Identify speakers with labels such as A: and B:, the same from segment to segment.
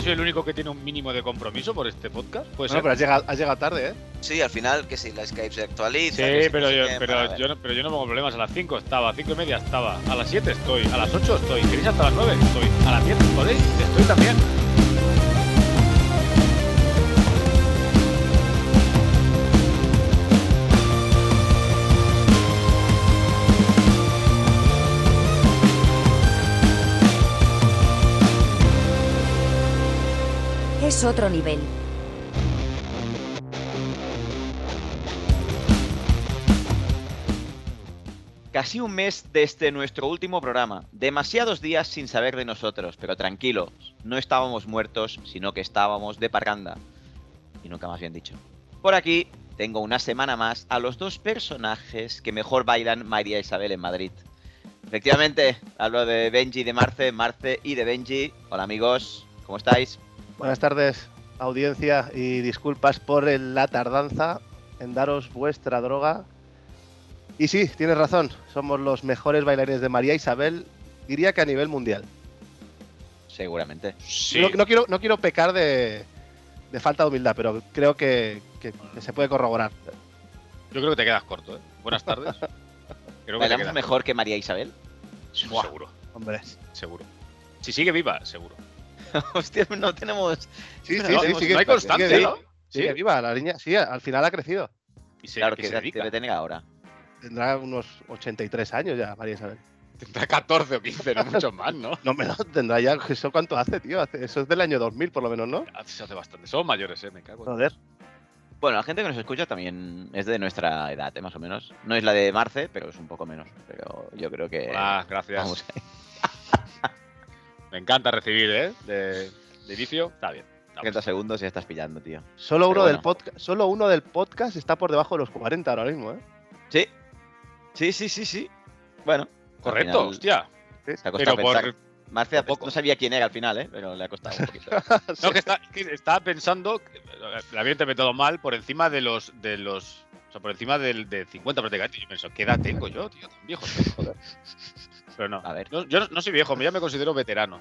A: soy el único que tiene un mínimo de compromiso por este podcast? Pues
B: Bueno, pero has llegado, has llegado tarde, ¿eh?
C: Sí, al final que si la Skype se actualiza.
A: Sí,
C: que si no
A: pero
C: sé
A: yo,
C: qué, para
A: pero,
C: ver.
A: yo no, pero yo no pongo problemas. A las 5 estaba, a 5 y media estaba, a las 7 estoy, a las 8 estoy, queréis hasta las 9 estoy, a las 10 podéis, estoy también.
D: Es otro nivel.
C: Casi un mes desde nuestro último programa. Demasiados días sin saber de nosotros, pero tranquilos. No estábamos muertos, sino que estábamos de parranda. Y nunca más bien dicho. Por aquí tengo una semana más a los dos personajes que mejor bailan María Isabel en Madrid. Efectivamente, hablo de Benji y de Marce, Marce y de Benji. Hola amigos, ¿cómo estáis?
B: Buenas tardes, audiencia, y disculpas por el- la tardanza en daros vuestra droga. Y sí, tienes razón, somos los mejores bailarines de María Isabel, diría que a nivel mundial.
C: Seguramente.
A: Sí,
B: No, no quiero, no quiero pecar de, de falta de humildad, pero creo que, que- que se puede corroborar.
A: yo creo que te quedas corto, ¿eh? Buenas tardes. Creo que te
C: ¿Bailamos
A: quedas
C: mejor que María Isabel?
A: corto.
C: Buah.
A: Seguro,
B: Hombre.
A: seguro. Si sigue viva, seguro.
C: Hostia, no tenemos
B: Sí,
C: No,
B: sí,
A: no,
B: sí,
A: no
B: sigue-
A: hay constancia,
B: sigue-
A: ¿no?
B: sigue
A: Sí.
B: viva la niña, sí, al final ha crecido.
A: Y se,
C: Claro
A: y
C: que
A: se
C: edad
A: dedica.
C: debe tener ahora.
B: Tendrá unos 83 años ya, María Isabel.
A: Tendrá 14 o 15, no mucho más, ¿no?
B: No me lo tendrá ya, ¿eso cuánto hace, tío? Hace- Eso es del año 2000 por lo menos, ¿no?
A: Se hace bastante. Son mayores, ¿eh? Me cago. en-
B: Joder.
C: Bueno, la gente que nos escucha también es de nuestra edad, ¿eh? más o menos. No es la de Marce, pero es un poco menos. Pero yo creo que.
A: Hola, gracias.
C: Eh, vamos ahí.
A: Me encanta recibir, ¿eh? De, de inicio, está bien.
C: 30 segundos y ya estás pillando, tío.
B: Solo
C: Pero
B: uno, del
C: bueno.
B: podcast, solo uno del podcast está por debajo de los 40 ahora mismo, ¿eh?
C: Sí. Sí, sí, sí, sí. Bueno. al
A: Correcto,
C: final
A: hostia.
C: se ha
A: Pero
C: costado
A: por,
C: pensar. Marce ha-
A: poco.
C: no sabía quién era al final, ¿eh? pero le ha costado un poquito.
A: No, que, está, que estaba pensando, que la había interpretado mal, por encima de los. De los o sea, por encima del de 50 prácticamente. Yo pienso, ¿qué edad tengo yo, tío? Tan viejo. tío, joder. Pero no.
C: A ver.
A: No, yo no- no soy viejo, ya me considero veterano.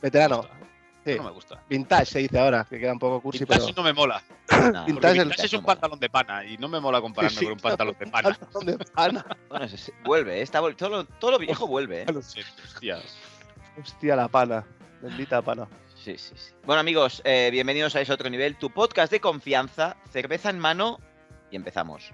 B: Veterano.
A: Esto
B: Sí.
A: No me gusta.
B: Vintage se dice ahora, que queda un poco cursi,
A: Vintage
B: pero...
A: no me mola.
C: No,
A: Porque
B: Vintage el-
A: vintage es
C: no
A: un
C: mola.
A: pantalón de pana y no me mola compararme
B: Sí, sí.
A: con un pantalón de pana.
B: ¿Dónde van?
C: Bueno, se- se- vuelve, ¿eh? está vol- todo, lo, todo lo viejo vuelve. ¿eh?
A: Sí, hostia.
B: Hostia, la pana. Bendita pana.
C: Sí, sí, sí. Bueno, amigos, eh, bienvenidos a ese otro nivel, tu podcast de confianza, cerveza en mano y empezamos.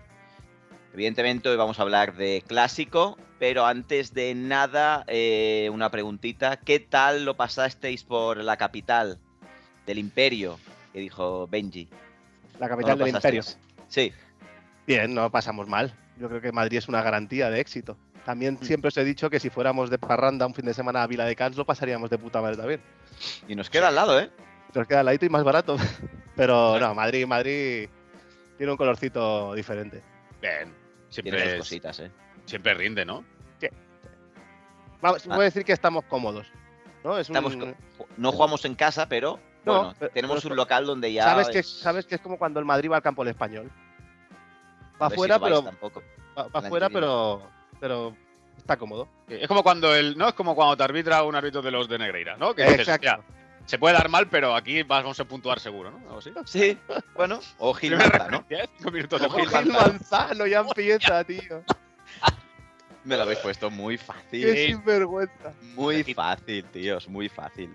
C: Evidentemente hoy vamos a hablar de clásico, pero antes de nada, eh, una preguntita. ¿Qué tal lo pasasteis por la capital del imperio? Que dijo Benji.
B: La
C: ¿Cómo
B: capital
C: lo
B: del imperio.
C: pasasteis? Sí,
B: Bien, no pasamos mal. Yo creo que Madrid es una garantía de éxito. También
C: Mm.
B: siempre os he dicho que si fuéramos de parranda un fin de semana a Vila de Cans lo pasaríamos de puta madre también.
C: y nos queda al lado, ¿eh?
B: Nos queda ladito y más barato. Pero no, Madrid, Madrid tiene un colorcito diferente.
A: Bien.
C: Tiene sus
A: Siempre, es-
C: cositas, ¿eh?
A: siempre rinde, ¿no?
B: Vamos,
C: Ah.
B: puedo decir que estamos cómodos. ¿no? Es
C: Estamos
B: un-
C: co- No jugamos en casa, pero
B: No,
C: bueno,
B: pero-
C: tenemos
B: pero-
C: un local donde ya...
B: ¿Sabes, que,
C: es-
B: sabes que es como cuando el Madrid va al campo del español. Va
C: a ver si
B: afuera,
C: no vais
B: pero,
C: tampoco.
B: va, va
C: la
B: afuera
C: entendí.
B: pero, pero está cómodo.
A: Eh, Es como cuando el, no es como cuando te arbitra un árbitro de los de Negreira, ¿no? Que dices,
B: Exacto.
A: "Hostia, se puede dar mal, pero aquí vamos a puntuar seguro, ¿no? Algo así.
C: Sí, bueno, o Gil
A: Primera
C: Mata, ¿no?
A: referencia, ¿eh? Cinco minutos de
C: Como
A: juego.
C: Gil
B: El manzano ya empieza, tío.
C: Me lo habéis puesto muy fácil.
B: Qué sinvergüenza.
C: Muy fácil, tíos, muy fácil.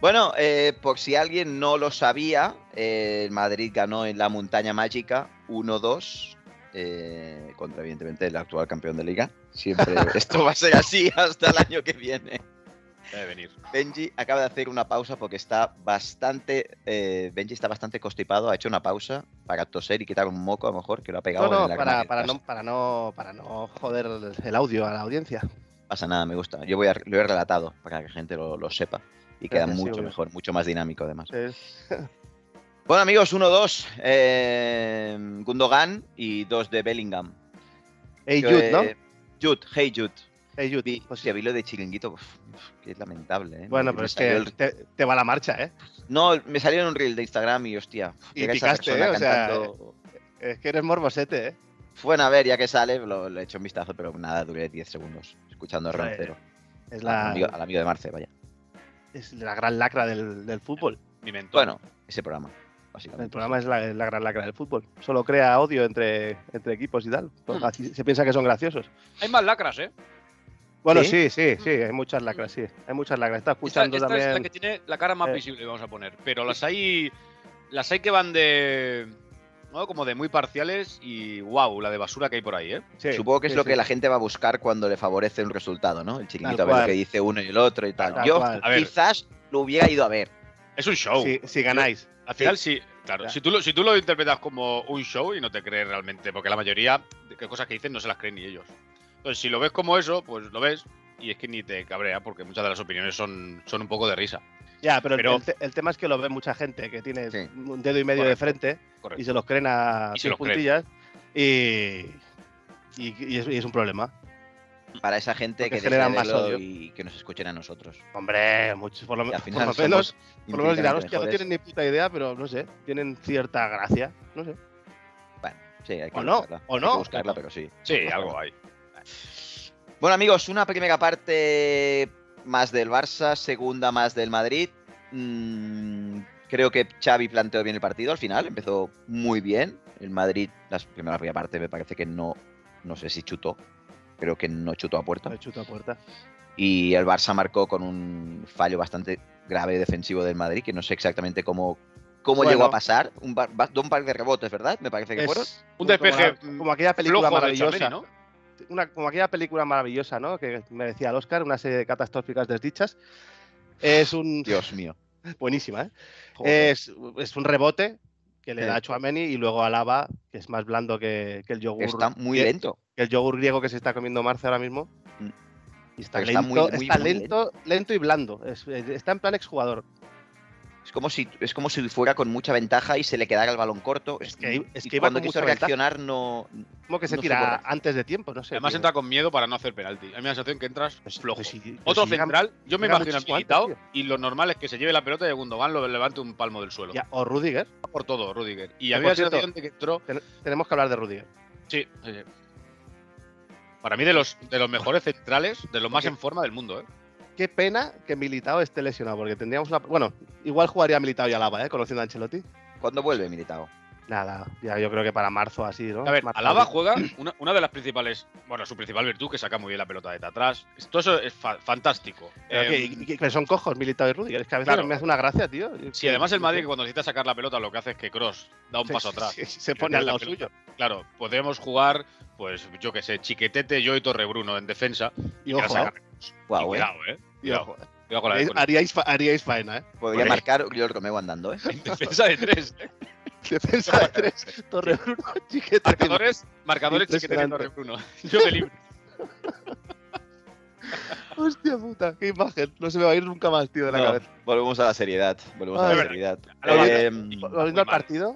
C: Bueno, eh, por si alguien no lo sabía, eh, el Madrid ganó en la montaña mágica 1-2 eh, contra, evidentemente, el actual campeón de liga. Siempre esto va a ser así hasta el año que viene.
A: Debe venir.
C: Benji acaba de hacer una pausa porque está bastante. eh, Benji está bastante constipado, ha hecho una pausa para toser y quitar un moco, a lo mejor, que lo ha pegado
B: No, no,
C: en la
B: para,
C: cámara.
B: para no, para, no, para no joder el audio a la audiencia.
C: pasa nada, me gusta. Yo voy a- lo he relatado para que la gente lo, lo sepa. Y queda
B: Gracias, sí,
C: mucho
B: obvio.
C: mejor, mucho más dinámico además.
B: Es-
C: Bueno amigos, 1-2. eh, Gundogan y 2 de Bellingham.
B: Hey
C: Yo,
B: Jude, ¿no?
C: eh, Jude, hey Jude.
B: Hey Jude.
C: Vi,
B: Pues sí.
C: hostia, vi lo de chiringuito, uf, uf, que es lamentable. ¿eh?
B: Bueno,
C: Me-
B: pero
C: me
B: es
C: salió
B: que
C: el-
B: te, te va la marcha, ¿eh?
C: No, me salió en un reel de Instagram y hostia.
B: Y
C: llega esa
B: picaste,
C: persona
B: ¿eh? O sea,
C: cantando-
B: Es que eres morbosete, ¿eh?
C: Bueno, a ver, ya que sale, lo, le eché un vistazo, pero nada, duré 10 segundos escuchando a
B: Joder,
C: Roncero.
B: Es
C: Al,
B: la,
C: amigo, al amigo de Marce, vaya.
B: es la gran lacra del, del fútbol.
A: Mi mentor.
C: Bueno, ese programa,
B: El
C: básicamente.
B: programa es la, la gran lacra del fútbol. Solo crea odio entre, entre equipos y tal. Pues
A: Hmm.
B: así Se piensa que son graciosos.
D: Hay más lacras, ¿eh?
B: Bueno,
C: ¿Sí?
B: sí,
C: Hmm.
B: sí, sí, hay muchas lacras, sí. Hay muchas lacras. Está
D: Esta,
B: escuchando
D: esta
B: también.
D: es la que tiene la cara más
B: Eh.
D: visible, vamos a poner.
A: Pero las hay. Las hay que van de. ¿no? Como de muy parciales y wow, la de basura que hay por ahí, ¿eh?
B: sí,
C: Supongo que es
B: sí,
C: lo
B: sí.
C: que la gente va a buscar cuando le favorece un resultado, ¿no? El chiringuito
B: Tal
C: a ver lo
B: cual.
C: que dice uno y el otro y tal.
B: Tal
C: Yo
B: cual.
A: A ver.
C: quizás lo hubiera ido a ver.
A: Es un show.
B: Si, si ganáis.
A: Al final sí, claro.
B: Claro.
A: Si tú, lo, si tú lo interpretas como un show y no te crees realmente, porque la mayoría de que cosas que dicen no se las creen ni ellos. Entonces, si lo ves como eso, pues lo ves y es que ni te cabrea, porque muchas de las opiniones son, son un poco de risa.
B: Ya, pero, el-
A: Pero-
B: El, te- el tema es que lo ve mucha gente que tiene
C: Sí.
B: un dedo y medio de
A: Correcto.
B: frente
A: Correcto.
B: y se los creen a
A: Y se
B: seis
A: los creen.
B: puntillas y, y- y es, y es un problema.
C: Para esa gente
B: Porque
C: que deje
B: generan
C: de
B: más
C: verlo
B: odio.
C: y que nos escuchen a nosotros.
B: Hombre, muchos, por lo,
C: Y
B: me-
C: al
B: por
C: final
B: lo
C: somos
B: menos, por lo menos dirán,
C: infinitamente
B: hostia, no
C: mejores".
B: tienen ni puta idea, pero no sé, tienen cierta gracia. No sé.
C: Bueno, sí, hay que
B: O no,
C: buscarla.
B: o
C: Hay
B: no.
C: que buscarla, pero sí.
A: Sí, algo hay.
C: Bueno, amigos, una primera parte más del Barça, segunda más del Madrid. Mm, creo que Xavi planteó bien el partido al final, empezó muy bien. El Madrid, la primera primera parte me parece que no, no sé si chutó, creo que no chutó a puerta.
B: Me chuto a puerta.
C: Y el Barça marcó con un fallo bastante grave defensivo del Madrid, que no sé exactamente cómo, cómo
B: Bueno.
C: llegó a pasar. Un, par- ba- un par de rebotes, ¿verdad? Me parece que
B: Es
C: fueron.
A: Un
B: como
A: despeje,
B: la-
A: mm,
B: Como, aquella película
A: Flojo de
B: maravillosa.
A: Chameli, ¿no?
B: una, como aquella película maravillosa, ¿no? Que merecía el Oscar, una serie de catastróficas desdichas. Es un.
C: Dios mío.
B: Buenísima, ¿eh?
C: Joder.
B: Es, es un rebote que le
C: Sí.
B: da a Chuameni y luego a Lava, que es más blando que, que el yogur.
C: Está muy
B: que-
C: lento.
B: que el yogur griego que se está comiendo Marce ahora mismo.
C: Mm.
B: Y está,
C: Pero
B: eh, lento,
C: está
B: está,
C: muy- muy- muy
B: lento, lento y blando. Es- es- está en plan exjugador.
C: Es como si es como si fuera con mucha ventaja y se le quedara el balón corto.
B: Es que- es
C: Y
B: que iba
C: cuando
B: con
C: quiso
B: mucha ventaja.
C: reaccionar no
B: Como que se
C: No supo
B: tira
C: reaccionar.
B: antes de tiempo, no sé.
A: Además
B: tío.
A: entra con miedo para no hacer penalti. A mí me da la sensación que entras
B: Pues-
A: flojo.
B: pues sí, pues
A: Otro
B: sí, llega-
A: central, yo me
B: llega
A: imagino
B: muchísimo antes,
A: habilitado
B: tío.
A: y lo normal es que se lleve la pelota y a Gundogan lo levante un palmo del suelo.
B: ya, o Rudiger.
A: Por todo, Rudiger. Y
B: Que,
A: había la
B: por cierto,
A: sensación de que entró
B: Ten- tenemos que hablar de Rudiger.
A: Sí, sí, sí. Para mí de los de los mejores centrales, de los más
B: Porque-
A: en forma del mundo, ¿eh?
B: Qué pena que Militao esté lesionado, porque tendríamos una. Bueno, igual jugaría Militao y Alaba, ¿eh? Conociendo a Ancelotti.
C: cuando vuelve Militao.
B: Nada, ya yo creo que para marzo así, ¿no?
A: A ver,
B: Marzo,
A: Alaba
B: abril.
A: juega una, una de las principales, bueno, su principal virtud que saca muy bien la pelota de atrás. Esto eso es fa- fantástico.
B: Pero
A: Eh,
B: que, y- y- que son cojos Militao y Rudiger. Es que a veces
A: claro.
B: me hace una gracia, tío.
A: si además el Madrid que cuando necesita sacar la pelota lo que hace es que Cross da un
B: Sí,
A: paso
B: sí,
A: atrás.
B: sí, se pone al
A: la
B: lado
A: pelota.
B: suyo.
A: Claro, podemos jugar, pues yo qué sé, Chiquetete, yo y Torrebruno en defensa.
B: Y
A: que la
B: ojo,
A: saca Cross. Y
C: Guau, eh.
A: cuidado, eh.
B: y
A: Cuidado,
B: ojo.
A: cuidado con la
B: Haríais-
A: con-
B: Haríais, fa- haríais faena, ¿eh?
C: Podría
A: Vale.
C: marcar yo el Romeo andando, ¿eh?
A: en defensa de tres. ¿eh?
B: Defensa de tres, Torrebruno, chiquete.
A: Marcadores, marcadores Chiquetete y
B: Impresionante.
A: Torrebruno. Yo de libre.
B: Hostia puta, qué imagen. No se me va a ir nunca más, tío, de la
C: No,
B: cabeza.
C: volvemos a la seriedad. Volvemos a
B: Ay.
C: la seriedad.
A: Ahora,
C: Eh,
A: Muy
B: Volviendo
A: mal.
B: al partido,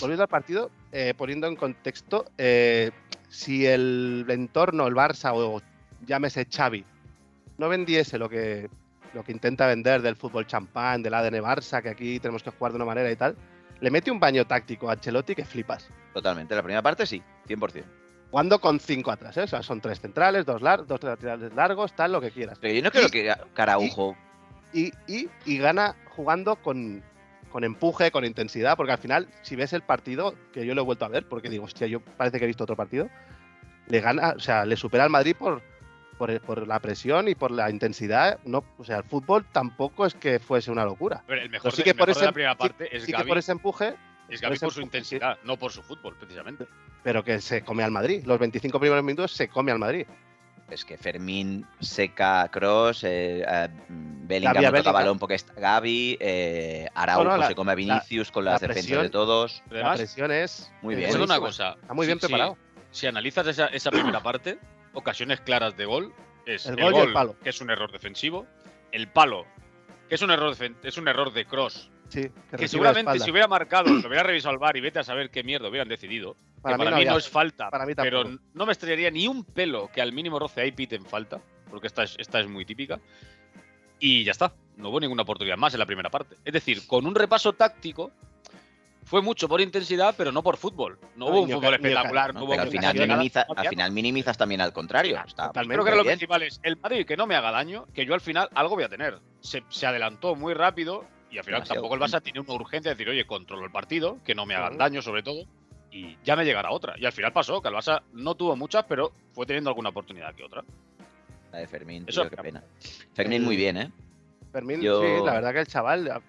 B: volviendo al partido, eh, poniendo en contexto, eh, si el entorno, el Barça o llámese Xavi, no vendiese lo que, lo que intenta vender del fútbol champán, del ADN Barça, que aquí tenemos que jugar de una manera y tal, le mete un baño táctico a Ancelotti que flipas.
C: totalmente. La primera parte sí, 100%.
B: Jugando con cinco atrás, ¿eh? o sea, son tres centrales, dos, lar- dos laterales largos, tal, lo que quieras.
C: Pero yo no creo que Caraujo.
B: y, y- y gana jugando con, con empuje, con intensidad, porque al final, si ves el partido, que yo lo he vuelto a ver, porque digo, hostia, yo parece que he visto otro partido, le gana, o sea, le supera al Madrid por, por, el- por la presión y por la intensidad. No, o sea, el fútbol tampoco es que fuese una locura.
A: Pero el mejor,
B: Pero sí
A: de-
B: que
A: el
B: por
A: mejor de
B: ese-
A: la primera
B: sí-
A: parte es
B: Sí que
A: Gavi.
B: por ese empuje,
A: Es Gavi
B: por ese
A: por su
B: empuje, sí.
A: intensidad, no por su fútbol, precisamente.
B: pero que se come al Madrid. Los 25 primeros minutos se come al Madrid.
C: Es que Fermín seca Cross, eh, eh, Bellingham
B: Gavi a
C: no toca
B: Bellingham.
C: balón porque está Gaby, eh, Araujo
B: No, no, la-
C: se come a Vinicius con
B: la
C: las defensas
B: presión-
C: de todos.
A: Pero
B: La
A: Además,
B: presión es.
C: Muy
B: es
C: bien.
A: solo una
B: buenísima.
A: cosa.
B: Está muy
A: si-
B: bien
A: si-
B: preparado.
A: Si, analizas esa, esa primera parte, ocasiones claras de gol, es
B: El
A: el,
B: gol
A: gol,
B: y el palo.
A: que es un error defensivo, el palo, que es un error, defen- es un error de cross,
B: Sí, que
A: que,
B: recibe de
A: seguramente
B: espalda.
A: si hubiera marcado, lo hubiera revisado al bar y vete a saber qué mierda hubieran decidido. que para
B: no
A: mí
B: había-
A: no es falta,
B: para mí
A: pero
B: tampoco.
A: no me estrellaría ni un pelo que al mínimo roce ahí piten falta, porque esta es, esta es muy típica. Y ya está, no hubo ninguna oportunidad más en la primera parte. Es decir, con un repaso táctico Fue mucho por intensidad, pero no por fútbol. No
B: No,
A: hubo
B: y
A: un
B: ni
A: fútbol
B: oca- ni
A: espectacular.
B: ocasiones.
A: no
C: No,
A: hubo
C: pero al final,
A: ocasiones, nada.
C: minimiza- al final minimizas también al contrario. Está
B: totalmente.
A: Creo que lo
C: bien.
A: principal es el Madrid que no me haga daño, que yo al final algo voy a tener. Se, se adelantó muy rápido y al final
C: Demasiado.
A: tampoco el Barça tiene una urgencia de decir, oye, controlo el partido, que no me hagan
B: Ujú.
A: daño sobre todo, y ya me llegará otra. Y al final pasó, que el Barça no tuvo muchas, pero fue teniendo alguna oportunidad que otra.
C: La de Fermín,
A: Eso-
C: tío, qué pena. Fermín muy bien, ¿eh?
B: Fermín,
C: Yo-
B: sí, la verdad que el chaval ah,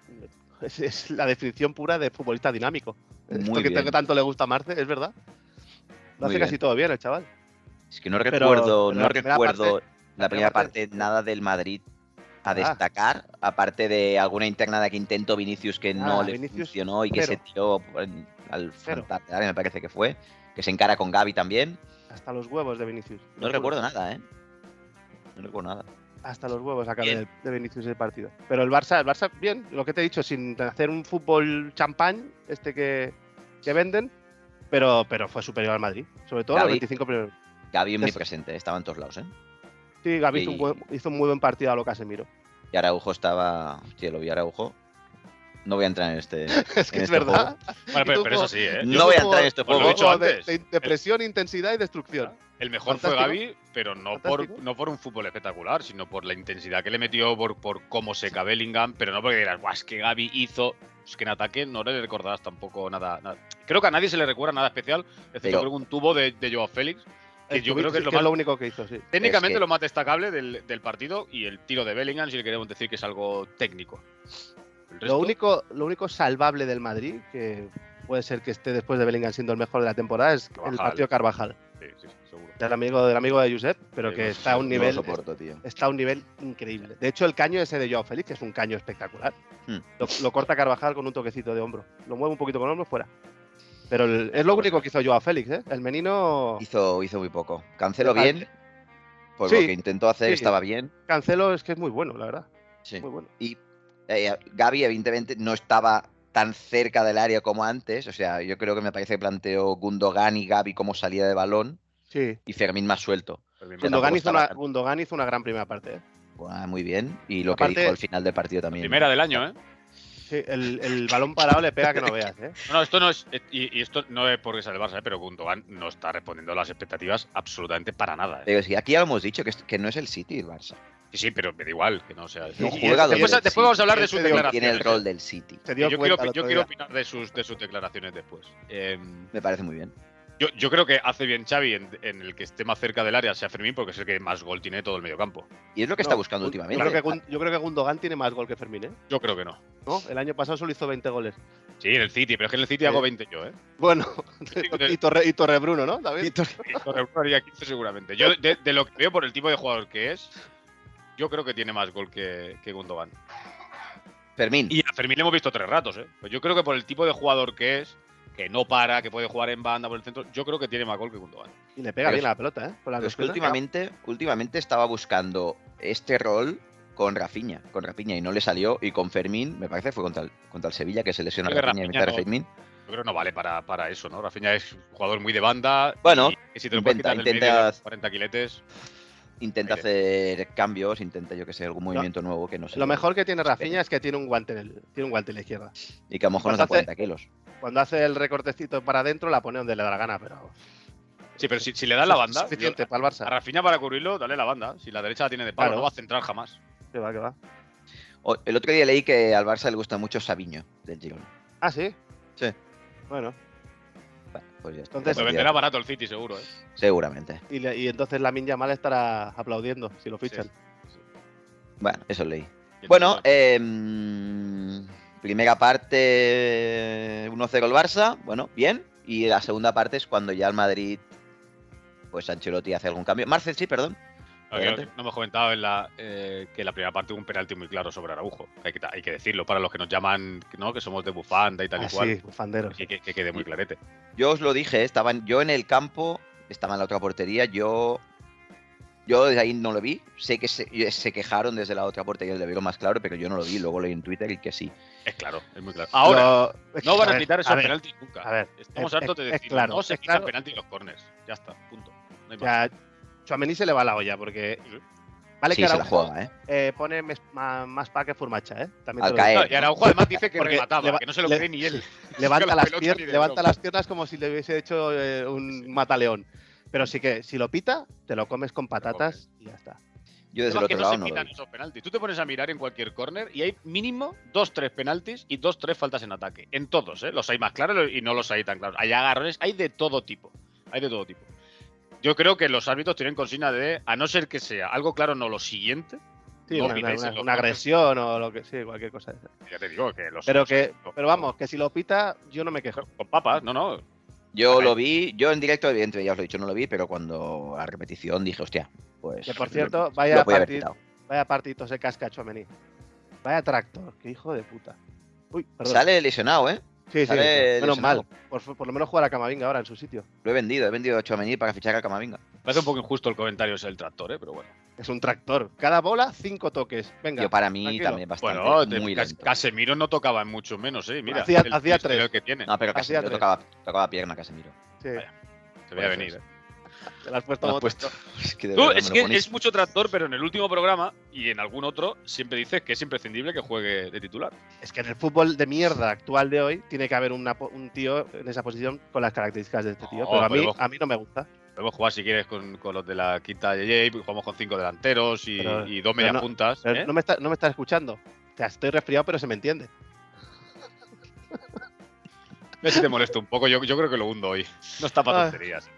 B: es, es la definición pura de futbolista dinámico.
C: Muy
B: Esto que
C: bien.
B: que tanto le gusta a Marte, es verdad. Lo
C: Muy
B: hace casi
C: bien.
B: todo bien el chaval.
C: Es que no
B: Pero-
C: recuerdo,
B: pero
C: no
B: la primera
C: recuerdo
B: parte-
C: la primera parte, nada del Madrid a
B: Ah.
C: destacar, aparte de alguna interna de que intentó Vinicius que no
B: Ah,
C: le
B: Vinicius,
C: funcionó y que
B: cero.
C: se tiró en- al
B: Cero.
C: frontal del área, me parece que fue, que se encara con Gaby también.
B: Hasta los huevos de Vinicius.
C: No recuerdo nada, ¿eh? No recuerdo nada.
B: Hasta los huevos acabé
C: Bien.
B: de, de Vinicius el partido. Pero el Barça, el Barça, bien, lo que te he dicho, sin hacer un fútbol champán, este que, que venden, pero, pero fue superior al Madrid. Sobre todo
C: Gavi.
B: los 25 primeros.
C: Gaby muy
B: Es-
C: presente, estaba en todos lados, ¿eh?
B: Sí, Gaby hizo,
C: Y-
B: un buen- hizo un muy buen partido a lo Casemiro.
C: Y Araujo estaba. Hostia, lo vi a Araujo. No voy a entrar en este.
B: Es que
C: En
B: es
C: este
B: verdad.
A: Bueno, pero,
B: tú
A: pero
B: como-
A: es así, ¿eh?
C: No voy a entrar en este
A: Os lo he
C: juego.
A: dicho
B: Juego de,
A: antes.
B: de- de presión, intensidad y destrucción.
A: El mejor fue
B: Fantástico.
A: Gaby, pero no por,
B: Fantástico.
A: no por un fútbol espectacular, sino por la intensidad que le metió, por, por cómo seca Bellingham, pero no porque dirás, "Buah, es que Gaby hizo. Es que en ataque no le recordarás tampoco nada. nada. Creo que a nadie se le recuerda nada especial, excepto
C: Pero-
A: creo que un tubo de, de Joao Félix, que
B: El
A: yo creo que es
B: Vinicius,
A: lo más
B: lo único que hizo, sí.
A: Técnicamente
C: Es que-
A: lo más destacable del, del partido y el tiro de Bellingham, si le queremos decir que es algo técnico. El resto,
B: Lo único, lo único salvable del Madrid, que puede ser que esté después de Bellingham siendo el mejor de la temporada, es el
A: Carvajal.
B: partido de Carvajal,
A: sí, sí, sí, seguro.
B: del amigo, del amigo de Josep, pero
A: Sí,
B: que
A: no,
B: está a un
C: No lo
B: nivel,
C: soporto, tío.
B: está a un nivel increíble. De hecho, el caño ese de Joao Félix, que es un caño espectacular,
C: Hmm.
B: lo, lo corta Carvajal con un toquecito de hombro. Lo mueve un poquito con el hombro fuera. Pero el- es lo único
A: pues.
B: que hizo Joao Félix, ¿eh? El menino
C: Hizo, hizo muy poco. Cancelo
B: Total.
C: bien. Por lo
B: Sí,
C: que intentó hacer
B: sí.
C: estaba bien.
B: Cancelo es que es muy bueno, la verdad.
C: Sí.
B: Muy bueno.
C: Y eh, Gaby, evidentemente, no estaba tan cerca del área como antes. O sea, yo creo que me parece que planteó Gundogan y Gaby como salida de balón
B: Sí.
C: y Fermín más suelto.
A: Pues bien,
C: Yo
B: Gundogan hizo,
C: tampoco estaba
B: una,
C: tan-
B: Gundogan hizo una gran primera parte. ¿eh?
C: Ah, muy bien. Y lo que
B: Aparte-
C: dijo al final del partido también.
A: Primera del año, ¿eh?
B: Sí, el, el balón parado le pega que no veas, ¿eh?
A: No, no, esto no es. Y, y esto no es porque sea el Barça, ¿eh? pero Gundogan no está respondiendo a las expectativas absolutamente para nada. ¿eh?
C: Pero sí, aquí ya lo hemos dicho, que, es- que no es el City el Barça.
A: Sí, sí, pero me da igual que no sea.
C: No
A: Y- y-
C: juega
A: después,
C: donde-
A: después vamos a hablar de
B: sí,
A: sus
B: sí,
C: No tiene
A: declaraciones.
C: el rol del City.
B: Se dio
A: Yo quiero,
B: cuenta el
A: yo
B: otro
A: quiero
B: día.
A: opinar de sus, de sus declaraciones después. Em,
C: Me parece muy bien.
A: Yo, yo creo que hace bien Xavi en, en el que esté más cerca del área sea Fermín porque es el que más gol tiene de todo el mediocampo.
C: Y es lo que
B: No,
C: está buscando
B: Gun-
C: últimamente.
B: Yo creo, que, Gun- yo creo que Gundogan tiene más gol que Fermín, ¿eh?
A: Yo creo que no.
B: ¿No? El año pasado solo hizo 20 goles.
A: Sí, en el City, pero es que en el City
B: Sí.
A: hago 20 yo, ¿eh?
B: Bueno,
A: que-
B: y, Torre, y Torre Bruno, ¿no? David?
A: Torre Bruno haría 15 seguramente. Yo, de, de lo que veo por el tipo de jugador que es, yo creo que tiene más gol que, que Gundogan.
C: Fermín,
A: Y a Fermín le hemos visto tres ratos, ¿eh? Pues yo creo que por el tipo de jugador que es, que no para, que puede jugar en banda por el centro, yo creo que tiene más gol que Gundogan.
B: Y le pega
C: Pero
B: bien
C: es-
B: la pelota, ¿eh? Con la
C: pero es que
B: locura.
C: últimamente, últimamente estaba buscando este rol con Rafinha, con Rafinha y no le salió. Y con Fermín, me parece que fue contra el, contra el Sevilla que se lesiona
A: Creo que
C: Rafinha y
A: Rafinha
C: mete a
A: no-
C: Fermín.
A: Yo creo que no vale para, para eso, ¿no? Rafinha es un jugador muy de banda.
C: Bueno,
A: y que si te lo puedes
C: intenta-
A: quitar del medio
C: intenta-
A: de los 40 quiletes,
C: Intenta
A: Mire.
C: hacer cambios, intenta, yo que sé, algún movimiento nuevo que no sé.
B: Lo mejor que tiene Rafinha es que tiene un guante en el- tiene un guante en la izquierda.
C: Y que a lo mejor nos da
B: Bastante-
C: 40 kilos.
B: Cuando hace el recortecito para adentro, la pone donde le da la gana, pero.
A: Sí, pero si, si le das la banda,
B: Suficiente
A: yo-
B: para el
A: a
B: Barça.
A: Rafinha para cubrirlo, dale la banda. Si la derecha la tiene de palo,
B: Claro.
A: no va a centrar jamás.
B: Que va, que va.
C: O- el otro día leí que al Barça le gusta mucho Sabiño del Girona.
B: Ah, sí.
C: Sí.
B: Bueno,
C: Bueno, pues ya está.
B: Entonces-
A: Lo venderá barato el City, seguro, ¿eh?
C: Seguramente.
B: y, le- y entonces la Minya Mal estará aplaudiendo si lo fichan.
C: Bueno, eso leí.
A: Y el
C: Bueno,
A: Barça-
C: em, primera parte 1-0 el Barça, bueno, bien. Y la segunda parte es cuando ya el Madrid, pues Ancelotti hace algún cambio. Marcel, sí, perdón.
A: Lo
B: eh,
A: que
C: adelante.
A: no hemos comentado en la, eh, que en la primera parte hubo un penalti muy claro sobre Araujo. Hay que, hay que decirlo para los que nos llaman, ¿no? Que somos de bufanda y tal
B: Ah,
A: y cual.
B: sí, bufanderos.
A: Que, que- que quede muy clarete.
C: Yo os lo dije, eh, estaban yo en el campo, estaba en la otra portería, yo yo desde ahí no lo vi, sé que se, eh, se quejaron desde la otra portería, le veo más claro, pero yo no lo vi, luego leí en Twitter y que sí.
A: Es claro, es muy claro. Ahora,
B: Lo-
A: no van a
B: ver,
A: quitar esos
B: ver,
A: penaltis nunca.
B: A ver,
A: Estamos
B: es-
A: hartos de
B: es- es
A: decir,
B: claro,
A: no se
B: es
A: quitan
B: claro.
A: penaltis los corners. Ya está, punto. No hay
B: o
A: más.
B: sea, Tchouaméni se le va la olla porque Vale
C: sí,
B: que
C: se la
B: Araujo
C: juega, ¿eh?
B: eh, pone mes- ma- más pa que Furmacha, ¿eh? También te lo
C: Alcaer.
B: digo.
A: No, y Araujo además dice que
B: Porque
A: remataba,
B: leva-
A: que no se lo
B: le-
A: cree ni él.
B: Levanta,
A: Con la
B: las,
A: pelota
B: pier-
A: ni de
B: levanta
A: broma.
B: las piernas como si le hubiese hecho eh, un mataleón. Pero sí que si lo pita, te lo comes con patatas y ya está.
C: Yo desde el
A: Además, que
C: otro
A: no
C: lado
A: se
C: no lo
A: pitan
C: vi.
A: esos penaltis. Tú te pones a mirar en cualquier corner y hay mínimo dos, tres penaltis y dos, tres faltas en ataque. En todos, ¿eh? Los hay más claros y no los hay tan claros. Hay agarrones, hay de todo tipo. Hay de todo tipo. Yo creo que los árbitros tienen consigna de, a no ser que sea algo claro, no lo siguiente.
B: Sí,
A: No
B: una,
A: pitáis
B: una-
A: en los
B: una
A: corners.
B: agresión o lo que sí, cualquier cosa. de esa.
A: Ya te digo que los.
B: Pero que, pero vamos, que si lo pita, yo no me quejo.
A: Con papas, no, no.
C: Yo
A: Ajá.
C: lo vi, yo en directo, evidentemente, ya os lo he dicho, no lo vi, pero cuando a repetición dije, hostia, pues.
B: Que por cierto,
C: lo
B: vaya,
C: podía haber
B: partid-
C: quitado.
B: vaya partidito se casca a Tchouaméni. Vaya tractor, que hijo de puta. Uy, perdón.
C: Sale lesionado, ¿eh?
B: sí, sí,
C: sale
B: menos
C: lesionado.
B: mal. Por, por lo menos jugar a Camavinga ahora en su sitio.
C: Lo he vendido, he vendido a Chouameni para fichar a Camavinga.
A: Parece un poco injusto el comentario ese del tractor, ¿eh? Pero bueno.
B: Es un tractor. Cada bola, cinco toques. Venga.
C: Yo para mí
B: tranquilo.
C: también bastante.
A: bueno, te-
C: muy
A: Cas-
C: lento.
A: Casemiro no tocaba mucho menos, ¿eh? Mira,
B: Hacía-
A: el
B: hacía
A: exterior
B: tres. Ah,
A: que tiene.
C: No, pero
B: Hacía
C: Casemiro
B: tres.
C: tocaba, tocaba pierna, Casemiro.
B: Sí,
A: Vaya, Se veía
B: pues,
C: Por eso
A: venir, ¿eh?
B: te la has puesto
C: Lo has
B: bot-
C: puesto. pues, Es que de
A: Tú,
C: verdad
A: es
C: me lo
A: que
C: ponéis.
A: es mucho tractor, pero en el último programa y en algún otro siempre dices que es imprescindible que juegue de titular.
B: Es que en el fútbol de mierda actual de hoy tiene que haber una po- un tío en esa posición con las características de este tío.
A: No,
B: pero a mí,
A: pero-
B: a mí no me gusta.
A: Podemos jugar si quieres con, con los de la quinta JJ, jugamos con cinco delanteros y,
B: Pero-
A: y dos
B: pero
A: medias
B: no-
A: puntas.
B: Pero
A: ¿eh?
B: no, me está- no me estás escuchando. O sea, estoy resfriado, pero se me entiende.
A: Ve si te molesto un poco, yo, yo creo que lo hundo hoy. No está para
B: Ah.
A: tonterías.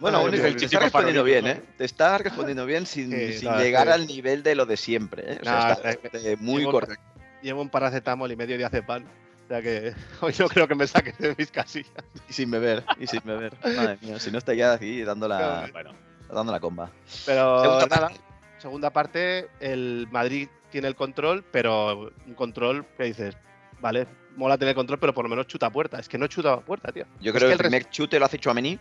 C: Bueno,
B: Ay,
C: aún
B: Dios
C: te
B: mío.
C: está respondiendo bien, ¿eh? Te está respondiendo bien sin,
B: Sí,
C: sin
B: no,
C: llegar
B: sí.
C: al nivel de lo de siempre, ¿eh? O sea,
B: No,
C: está
B: eh,
C: bastante muy
B: llevo-
C: correcto.
B: Llevo un paracetamol y medio día de pan. O sea que hoy no creo que me saques de mis casillas.
C: Y sin beber, y sin beber. Madre mía, si no está ya aquí dando
B: Ah.
C: la,
A: Bueno,
C: dando la comba.
B: Pero
C: Segunda
B: nada,
C: parte.
B: segunda parte, el Madrid tiene el control, pero un control que dices, vale, mola tener control, pero por lo menos chuta a puerta. Es que no chuta a puerta, tío.
C: Yo
B: Es
C: creo que el
B: el res-
C: primer chute lo hace Chouameni,
B: Sí,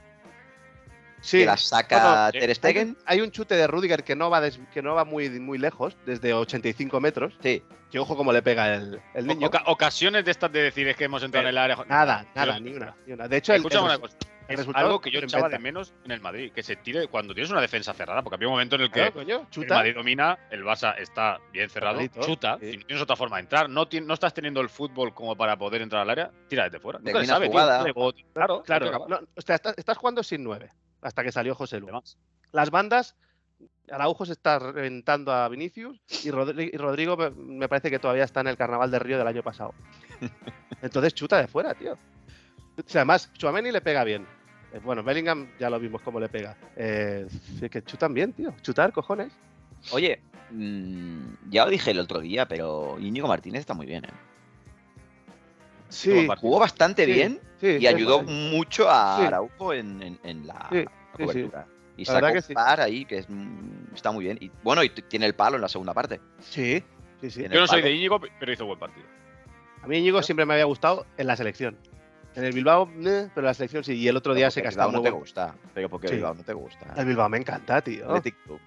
C: que la
B: No,
C: saca
A: no,
C: Ter
B: Hay,
C: Stegen.
B: un- hay un chute de Rudiger que no va, des- que no va muy, muy lejos, desde 85 metros.
C: Sí,
B: Que ojo como le pega el, el
A: o-
B: niño.
A: oca- ocasiones de estas de decir es que hemos entrado en el área.
B: Nada, nada,
A: Pero-
B: ni una, ni una. De hecho, el, el,
A: Escúchame una cosa.
B: el
A: Es
B: resultado
A: algo que yo
B: lo
A: echaba de
B: inventa.
A: menos en el Madrid, que se tire cuando tienes una defensa cerrada, porque había un momento en el que
B: Claro, coño,
A: El
B: chuta.
A: Madrid domina, el Barça está bien cerrado,
B: Cerradito,
A: chuta,
B: sí.
A: si no tienes otra forma de entrar, no, ti- no estás teniendo el fútbol como para poder entrar al área, tira desde fuera. Nunca se
C: Termina
A: sabe, tío,
C: jugada.
A: un rebote. Claro, hay que
B: Claro,
A: acabar.
B: no, o sea, estás, estás jugando sin nueve, hasta que salió José Lu.
A: Además,
B: Las bandas, Araujo se está reventando a Vinicius y, Rodri- y Rodrigo me, me parece que todavía está en el carnaval de Río del año pasado. Entonces chuta de fuera, tío. O sea, además, Chuameni le pega bien. Eh, Bueno, Bellingham ya lo vimos cómo le pega. Eh, es que chutan bien, tío. Chutar, cojones.
C: oye, mm, ya lo dije el otro día, pero Íñigo Martínez está muy bien, ¿eh?
B: Sí,
C: Jugó bastante
B: Sí,
C: bien
B: sí,
C: y ayudó
B: es-
C: mucho a
B: Sí.
C: Araujo en, en- en la
B: Sí, sí,
C: cobertura.
B: La
C: Y sacó
B: verdad que
C: un
B: sí.
C: par ahí que es, mm, está muy bien. Y bueno, y t- tiene el palo en la segunda parte.
B: Sí, sí, sí.
C: Tiene-
A: yo no soy
C: palo.
A: de Íñigo, pero hizo buen partido.
B: A mí Íñigo siempre me había gustado en la selección. En el Bilbao, eh, pero en la selección sí. Y el otro día
C: Porque
B: se
C: Bilbao
B: gastaba
C: no
B: muy
C: te
B: bueno.
C: gusta. Pero porque
B: Sí.
C: Bilbao no te gusta.
B: El Bilbao me encanta, tío.
C: Athletic Club.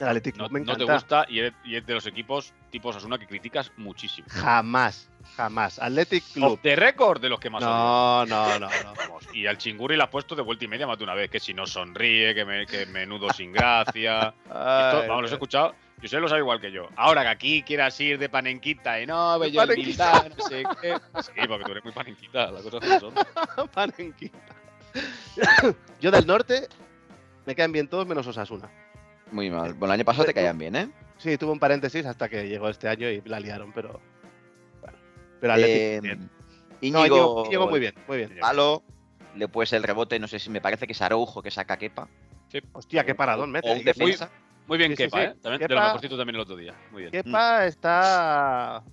B: El Athletic
A: No,
B: Club me
A: no
B: encanta.
A: te gusta y es, y es de los equipos tipo Osasuna que criticas muchísimo.
B: Jamás, jamás. Athletic Club.
A: Off the record de los que más odias.
B: No, no, no, no.
A: Vamos, Y al chingurri le has puesto de vuelta y media más de una vez, que si no sonríe, que, me- que menudo sin gracia. Esto,
C: Ay,
A: vamos, los he escuchado. Y usted lo sabe igual que yo. Ahora que aquí quieras ir de panenquita y no,
B: De
A: bello el
B: panenquita.
A: Bilbao, no sé qué. Sí, porque tú eres muy panenquita, las cosas como son.
B: Panenquita. Yo del norte me caen bien todos menos Osasuna.
C: Muy mal. Bueno, el año pasado te caían bien, ¿eh?
B: Sí, tuvo un paréntesis hasta que llegó este año y la liaron, pero. bueno. Pero Athletic.
C: Eh,
A: bien.
B: no,
C: Íñigo,
B: llegó, muy bien, muy bien.
C: Palo, después el rebote, no sé si me parece que es Araujo que saca a Kepa.
B: Hostia, qué paradón, mete.
C: O un
B: Y que-
C: defensa.
A: Muy bien,
B: Sí, sí,
A: Kepa,
B: sí.
A: ¿eh? También, De
B: Kepa-
A: lo mejorcito también el otro día. Muy bien.
C: Mm.
B: Kepa está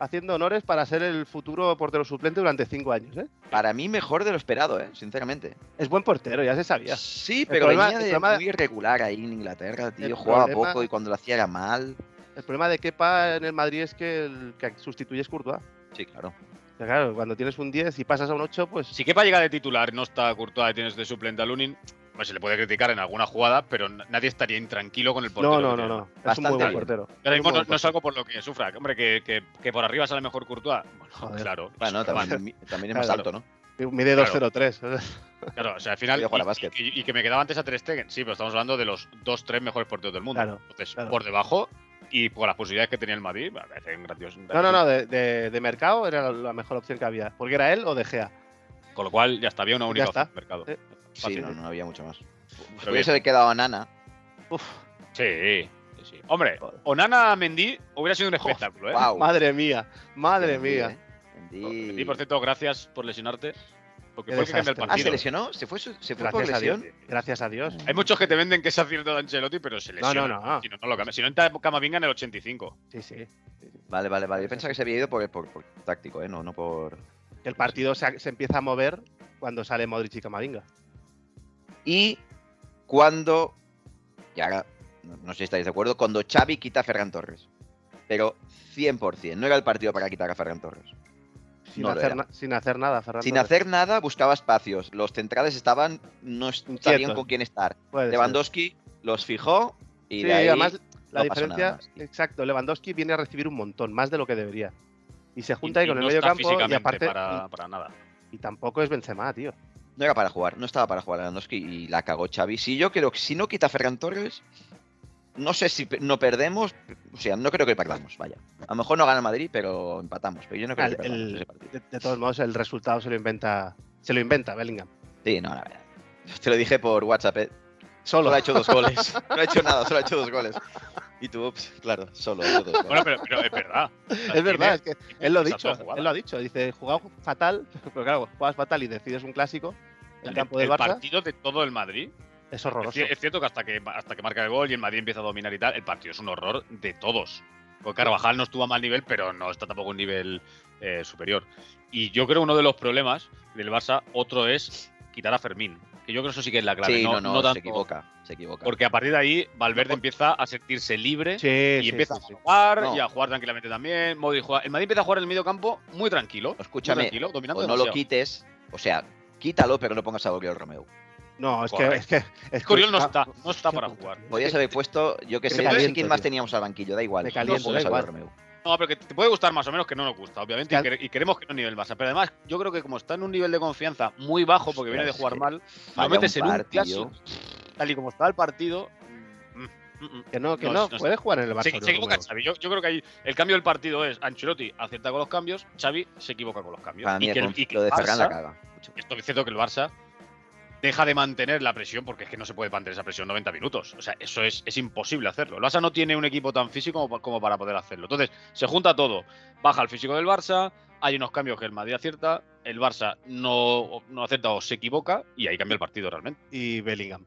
B: haciendo honores para ser el futuro portero suplente durante cinco años, ¿eh?
C: Para mí mejor de lo esperado, ¿eh? Sinceramente.
B: Es buen portero, ya se sabía.
C: Sí, pero
B: problema-
C: venía
B: el
C: de
B: problema-
C: muy irregular ahí en Inglaterra, tío.
B: El
C: Jugaba
B: problema-
C: poco y cuando lo hacía era mal.
B: El problema de Kepa en el Madrid es que el que sustituye es Courtois.
C: Sí, claro.
B: O sea, claro, cuando tienes un 10 y pasas a un 8, pues
A: Si Kepa llega de titular, no está Courtois y tienes de suplente a Lunin, pues se le puede criticar en alguna jugada, pero n- nadie estaría intranquilo con el portero.
B: No, no,
A: que
B: no,
A: tiene.
B: no. Es un
C: Bastante
B: muy buen
C: bien.
B: portero.
A: Yo ahora mismo
B: Es
A: no,
B: un buen
A: no es
B: portero.
A: algo por lo que sufra. que, Hombre, que, que- que por arriba sale mejor Courtois. Bueno,
B: Joder.
A: claro. Pues
C: Bueno, también, también es más
B: Claro.
C: alto, ¿no?
B: Mide
A: Claro.
B: 2.03.
A: Claro, o sea, al final.
C: Voy a jugar a
A: y-
C: básquet.
A: Y, y que me quedaba antes a Ter Stegen. Sí, pero estamos hablando de los dos, tres mejores porteros del mundo.
B: Claro,
A: Entonces,
B: claro.
A: por debajo y por las posibilidades que tenía el Madrid, me parecen grandiosos.
B: No, no, no, de, de- de mercado era la mejor opción que había. Porque era él o De Gea.
A: Con lo cual, ya está, había una única
B: está.
A: opción en el mercado.
B: Eh,
C: Sí,
A: Fácil.
C: no, no había mucho más.
A: Pero
C: hubiese quedado a Nana.
A: Sí, sí, sí. Hombre,
B: Joder.
A: Onana Mendy hubiera sido un espectáculo, ¿eh?
C: Wow.
B: Madre mía, madre
C: Mendy,
B: mía. Oh,
C: eh. Mendy.
A: Mendy, por cierto, gracias por lesionarte. Porque
B: Qué
A: fue el que cambió el
B: desastre.
C: Ah,
A: partido.
C: ¿se lesionó? ¿Se fue, su- se fue por
B: Gracias a Dios.
C: lesión?
B: Gracias a Dios.
A: Hay muchos que te venden que es acierto de Ancelotti, pero se
B: No,
A: lesiona.
B: no, no.
A: Si no, no lo cambia. Si no entra Camavinga en el 85.
B: Sí, sí.
C: Vale, vale, vale. Yo pensaba que se había ido por, por- por táctico, ¿eh? No, no por...
B: El partido se, se empieza a mover cuando sale Modric y Camavinga.
C: Y cuando... Y ahora, no, no sé si estáis de acuerdo, cuando Xavi quita a Ferran Torres. Pero 100%, no era el partido para quitar a Ferran Torres.
B: Sin,
C: No lo
B: hacer,
C: era.
B: na- sin hacer nada, Ferran.
C: Sin
B: Torres.
C: hacer nada, buscaba espacios. Los centrales estaban... No sabían
B: Inquietos.
C: con quién estar.
B: Puede ser.
C: Lewandowski los fijó y
B: Sí,
C: de ahí...
B: además la
C: no pasó nada
B: diferencia.
C: más.
B: Exacto, Lewandowski viene a recibir un montón, más de lo que debería. Y se junta ahí
A: Y- y
B: con el
A: no
B: medio
A: está
B: campo y
A: físicamente
B: aparte.
A: Para, para nada.
B: Y, y tampoco es Benzema, tío.
C: No era para jugar, no estaba para jugar Lewandowski y la cagó Xavi. Si yo creo que si no quita a Ferran Torres, no sé si pe- no perdemos, o sea, no creo que perdamos, vaya. A lo mejor no gana Madrid, pero empatamos, pero yo no creo que
B: El-
C: perdamos
B: el-
C: ese partido.
B: De, de todos modos, el resultado se lo inventa. Se lo inventa Bellingham.
C: Sí, no, la verdad. Te lo dije por WhatsApp, ¿eh?
B: Solo.
C: solo ha hecho dos goles. No ha hecho nada, solo ha hecho dos goles. Y tú, ups, claro, solo ha hecho dos goles.
A: Bueno, pero, pero es verdad.
B: Es verdad, es que él lo ha
A: esas
B: dicho.
A: dos jugadas.
B: Él lo ha dicho. Dice, he jugado fatal, pero claro, juegas fatal y decides un clásico. El,
A: El,
B: campo del
A: el
B: Barça
A: partido de todo el Madrid.
B: es
A: Es,
B: horroroso.
A: cier- es cierto que hasta, que hasta que marca el gol y el Madrid empieza a dominar y tal, el partido es un horror de todos. Porque Carvajal no estuvo a mal nivel, pero no está tampoco a un nivel eh, superior. Y yo creo uno de los problemas del Barça, otro es quitar a Fermín. Que yo creo que eso sí que es la clave.
C: sí, no, no, se
A: tanto-
C: equivoca, se equivoca.
A: Porque a partir de ahí Valverde
C: No.
A: empieza a sentirse libre
B: Sí,
A: y
B: sí,
A: empieza
B: sí, sí.
A: a jugar
C: No.
A: y a jugar tranquilamente también. Modric juega- El Madrid empieza a jugar en el medio campo muy tranquilo.
C: Escúchame,
A: muy tranquilo, dominando
C: o no lo
A: demasiado.
C: quites, o sea, quítalo, pero no pongas a Gabriel Romeo.
B: No, es que,
A: Correcto.
B: es que. Es que
A: Coriol no
B: está-
A: está, no está para jugar.
C: Podrías haber puesto, yo que
B: Me
C: sé, no sé
B: caliento,
C: quién más
B: tío.
C: teníamos al banquillo, da igual.
B: Me caliento,
C: No pongas
B: da
C: a
B: igual.
C: Romeu.
A: No, pero que te puede gustar más o menos que no nos gusta, obviamente, y,
B: Claro.
A: quere- y queremos que no nivel Barça. Pero además, yo creo que como está en un nivel de confianza muy bajo porque viene de
C: Ostras,
A: jugar
C: que
A: mal,
C: Falla
A: lo metes
C: un
A: en un
C: par, tío.
A: clásico, tal y como está el partido. mm, mm, mm.
B: Que no, que
A: No,
B: no.
A: no está.
B: Puedes jugar en el Barça.
A: Se, se
B: Romeo.
A: equivoca Xavi. Yo, yo creo que ahí el cambio del partido es Ancelotti acierta con los cambios, Xavi se equivoca con los cambios.
C: Para mí
A: que
C: el
A: el-
C: conf-
A: que
C: lo de
A: el
C: Ferran la
A: Barça-
C: caga. mucho.
A: Esto es cierto que el Barça deja de mantener la presión porque es que no se puede mantener esa presión 90 minutos. O sea, eso es, es imposible hacerlo. El Barça no tiene un equipo tan físico como, pa- como para poder hacerlo. Entonces, se junta todo. Baja el físico del Barça, hay unos cambios que el Madrid acierta, el Barça no, no acierta o se equivoca y ahí cambia el partido realmente.
B: Y Bellingham.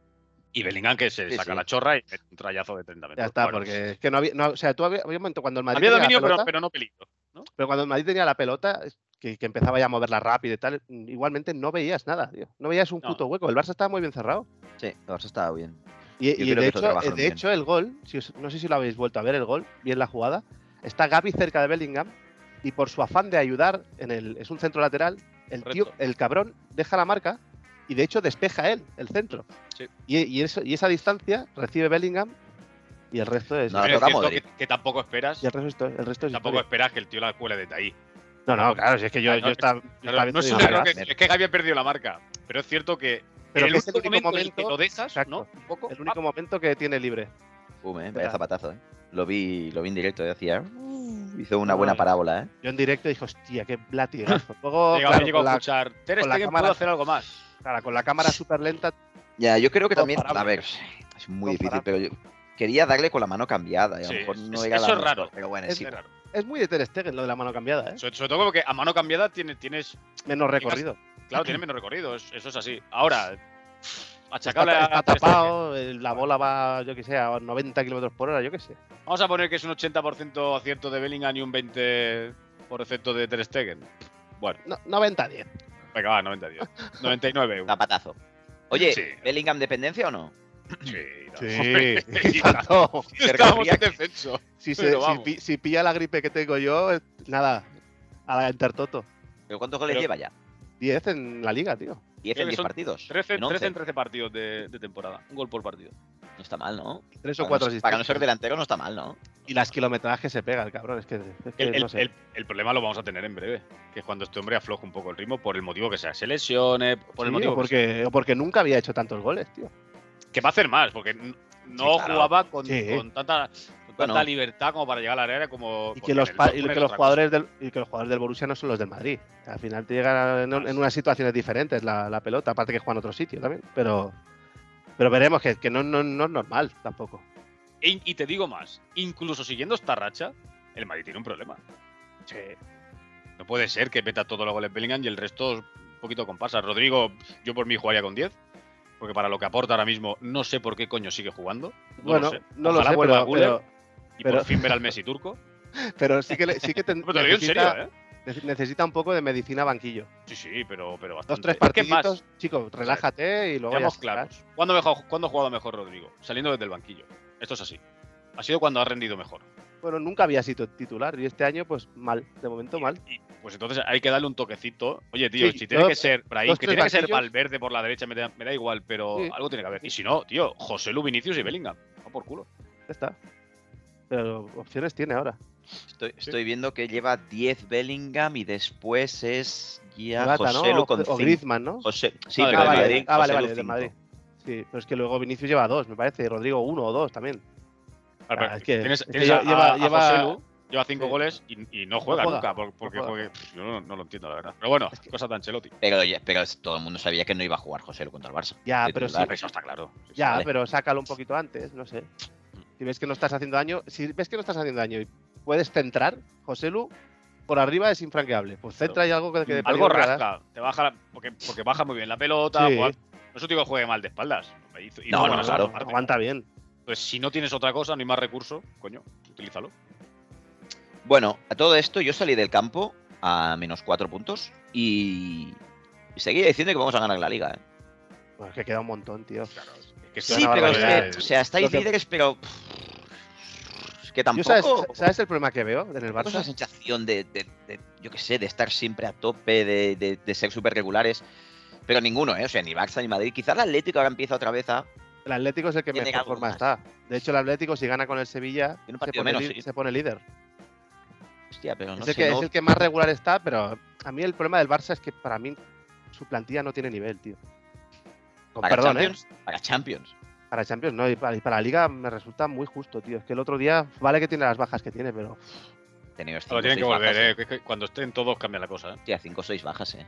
A: Y Bellingham que se
C: Sí,
A: saca
C: sí.
A: la chorra y mete un trayazo de 30 metros.
B: Ya está,
A: Bueno,
B: porque es que no había. no, o sea, tú había, había un momento cuando el Madrid.
A: Había
B: tenía
A: dominio,
B: la
A: pero,
B: pelota-
A: pero no peligro.
B: Pero cuando el Madrid tenía la pelota, es que, que empezaba ya a moverla rápido y tal, mm, igualmente no veías nada, tío. No veías un
A: No.
B: puto hueco. El Barça estaba muy bien cerrado.
C: Sí, el Barça estaba bien.
B: Y,
C: Yo
B: y
C: creo
B: de,
C: que eso
B: hecho,
C: trabajaron
B: de
C: bien.
B: hecho, el gol, si os- no sé si lo habéis vuelto a ver, el gol, bien la jugada, está Gaby cerca de Bellingham y por su afán de ayudar, en el, es un centro lateral, el tío,
A: Correcto.
B: el cabrón, deja la marca y de hecho despeja él, el centro.
A: Sí.
B: Y, y eso- y esa distancia recibe Bellingham y el resto es...
C: No,
A: Pero es
C: toca
A: cierto
C: Modric.
A: que, que tampoco esperas.
B: y el resto, es histo- el resto es
A: Tampoco
B: historia.
A: esperas que el tío la cuele de ahí.
B: No, no, claro, si es que yo,
A: Ah, no,
B: yo
A: es-
B: estaba... yo
A: Claro,
B: estaba
A: no
B: viendo
A: sé, yo
B: una
C: nada
A: creo
B: jugada.
A: que, es que Gaby ha perdido la marca, pero es cierto que
B: Pero
A: en
B: que es el único
A: en el que
B: momento-
A: lo dejas,
B: exacto.
A: ¿no? Un poco,
B: El único momento que tiene libre.
C: Pum, eh,
B: Espera.
C: vaya zapatazo, eh. Lo vi, lo vi en directo y hacía. "Uh", Hizo una
B: No,
C: buena
B: no.
C: parábola, eh.
B: Yo en directo dije, hostia, qué latigazo.
A: ah,
B: Luego,
A: llegaba-
B: claro,
A: llegó
B: con,
A: a
B: la,
A: escuchar, Ter
B: con la
A: Stegen
B: cámara-
A: puede hacer algo más.
B: claro, con la cámara súper lenta,
C: Ya, yo creo que también. A
B: Comparable.
C: ver, es muy difícil, pero yo quería darle con la mano cambiada. Y a lo
A: Sí,
C: mejor no
A: es-
C: era la
A: eso es
C: mejor,
A: raro.
C: Pero bueno,
B: Es
C: sí.
A: Es raro.
B: es muy de Ter Stegen lo de la mano cambiada, ¿eh?
A: Sobre, sobre todo porque a mano cambiada tiene, tienes,
B: Menos recorrido.
A: claro, tiene menos recorrido, es- eso es así. Ahora,
B: Está,
A: achacarle a
B: está
A: Ter Stegen.
B: tapado, el- la bola va, yo que sé, a 90 kilómetros por hora, yo que sé.
A: Vamos a poner que es un 80% acierto de Bellingham y un 20% de Ter Stegen. Bueno,
B: No, 90-10.
A: venga, va, 90 10. 99.
C: Zapatazo. Oye,
A: Sí.
C: ¿Bellingham dependencia o no?
A: Sí, no.
B: Sí,
A: Estábamos en
C: Habría que-
A: defenso.
B: si, se-
A: Pero
B: si
A: vamos.
B: pi- si pilla la gripe que tengo yo, eh, nada, a la Intertoto.
C: ¿Pero cuántos goles
A: Pero-
C: lleva ya?
B: 10 en la liga, tío.
C: 10
A: Creo
C: en
A: que
C: 10
A: son
C: partidos.
A: 13,
C: en 11.
A: 13 en 13 partidos de, de temporada. Un gol por partido.
C: No está mal, ¿no?
B: Tres o
C: Para
B: cuatro
C: no, ser- para no
B: asistencias.
C: ser delantero no está mal, ¿no?
B: Y las kilometrajes se pega el cabrón, es que, es que
A: El,
B: Eh, no
A: el-
B: sé.
A: el- el problema lo vamos a tener en breve, que es cuando este hombre afloja un poco el ritmo por el motivo que sea, se lesione, por el
B: Sí,
A: motivo
B: o
A: que
B: porque, o porque nunca había hecho tantos goles, tío.
A: que va a hacer más, porque n- no
C: Sí, claro.
A: jugaba con,
B: Sí.
A: con tanta, con
C: Bueno.
A: tanta libertad como para llegar al área como Pues
B: Y
A: porque
B: que,
A: en
B: los,
A: el
B: pa-
A: Dortmund
B: y
A: era
B: que los
A: otra
B: jugadores del, y que los jugadores del Borussia no son los del Madrid. Al final te llegan en, un- en unas situaciones diferentes la, la pelota, aparte que juegan en otro sitio también. Pero, pero veremos que, que no, no, no es normal tampoco.
A: cosa. E Y, y te digo más, incluso siguiendo esta racha, el Madrid tiene un problema. No puede ser que meta todos los goles Bellingham y el resto un poquito comparsa. Rodrigo, yo por mí jugaría con 10, porque para lo que aporta ahora mismo no sé por qué coño sigue jugando. No lo
B: bueno,
A: sé.
B: no lo
A: Ojalá
B: sé,
A: vuelva
B: pero,
A: Guller
B: pero,
A: y
B: pero-
A: por fin ver al Messi turco.
B: pero sí que, le- sí que ten-
A: Pero te lo digo en serio, ¿eh?
B: nece- necesita un poco de medicina banquillo.
A: Sí, sí, pero, pero bastante.
B: Dos, tres
A: Mm, Es que es más,
B: partiditos, chicos, relájate y luego ya
A: Seamos
B: está.
A: claros. ¿Cuándo, mejor- cuándo ha jugado mejor Rodrigo? Saliendo desde el banquillo. Esto es así. Ha sido cuando ha rendido mejor.
B: Bueno, nunca había sido titular y este año, pues mal, de momento mal.
A: Y, pues entonces hay que darle un toquecito. Oye, tío,
B: Sí,
A: si tiene
B: dos-
A: que ser Brahim,
B: dos,
A: que
B: tres
A: tiene que ser
B: banquillos.
A: Valverde por la derecha, me da, me da igual, pero
B: Sí.
A: algo tiene que haber. Y si no, tío, José Lu, Vinicius y Bellingham. Va por culo.
B: Ya está. Pero opciones tiene ahora.
C: Estoy, estoy viendo que lleva 10 Bellingham y después es ya
B: Morata, ¿no?
C: José Lu
B: O-
C: con
B: o
C: 5.
B: Griezmann, ¿no?
C: José, sí,
A: Ah,
C: pero
B: ah,
C: de
B: vale,
C: Madrid.
B: ah, vale,
C: José Lu
B: vale, de
C: cinco.
B: Madrid. Sí, pero es que luego Vinicius lleva dos, me parece. y Rodrigo uno o dos también.
A: Claro, pero
B: Ah, es que-
A: tienes-
B: es que
A: tienes
B: lleva-
A: a-
B: lleva-
A: a
B: lleva-
A: Joselu, lleva cinco
B: sí.
A: goles y, y no juega
B: juega,
A: nunca. por- Porque,
B: juega.
A: porque- pff, yo no, no lo entiendo, la verdad. Pero bueno,
B: Es que-
A: cosa tan chelotti.
C: Pero, ya- pero es- todo el mundo sabía que no iba a jugar José Lu contra el Barça.
B: Ya,
C: De
B: pero sí.
C: titular.
A: Eso está claro. Sí, sí.
B: Ya,
C: Vale.
B: pero sácalo un poquito antes, no sé. Si ves que no estás haciendo daño, si ves que no estás haciendo daño y puedes centrar, Joselu por arriba es infranqueable. Pues centra y algo que que de
A: Algo
B: peligro te da.
A: rasca. Te baja la- porque, porque baja muy bien la pelota.
B: Sí.
A: juega- no es un tío que juegue mal de espaldas. Hizo- hizo
C: No,
A: buena
C: no,
A: segunda
C: claro.
A: parte.
B: Aguanta bien.
A: Entonces, si no tienes otra cosa, no hay más recurso, coño, utilízalo.
C: Bueno, a todo esto yo salí del campo a menos 4 puntos y y seguí diciendo que vamos a ganar la liga. ¿eh?
B: Bueno, es que queda un montón, tío.
A: Es que esto
C: Sí,
A: es una
C: pero es
A: barbaridad. eh.
C: que, o sea, estáis
B: Lo que-
C: líderes, pero. pff, Es que
B: Yo, ¿sabes,
C: tampoco.
B: sabes el problema que veo en el
C: Tengo esa
B: Barça?
C: Pues sensación de, de- de, yo qué sé, de estar siempre a tope, de, de- de ser súper regulares. Pero ninguno, ¿eh? O sea, ni Barça ni Madrid. Quizás el Atlético ahora empieza otra vez a.
B: El Atlético es el que
C: Tiene
B: mejor
C: algo
B: forma
C: más.
B: está. De hecho, el Atlético, si gana con el Sevilla,
C: Tiene
B: se
C: un partido
B: pone,
C: menos,
B: li-
C: sí.
B: se pone líder.
C: Hostia, pero no
B: es,
C: sé.
B: el que,
C: no-
B: es el que más regular está, pero a mí el problema del Barça es que para mí su plantilla no tiene nivel, tío. Con
C: para
B: perdón, ¿eh?
C: Champions. Para Champions.
B: Para Champions no, y para, y para la Liga me resulta muy justo, tío. Es que el otro día, vale que tiene las bajas que tiene, pero
C: Tenemos
A: Pero
C: 5
A: tienen que volver,
C: bajas,
A: eh, que- que cuando estén todos cambia la cosa. eh.
C: Hostia, 5 o 6 bajas, ¿eh?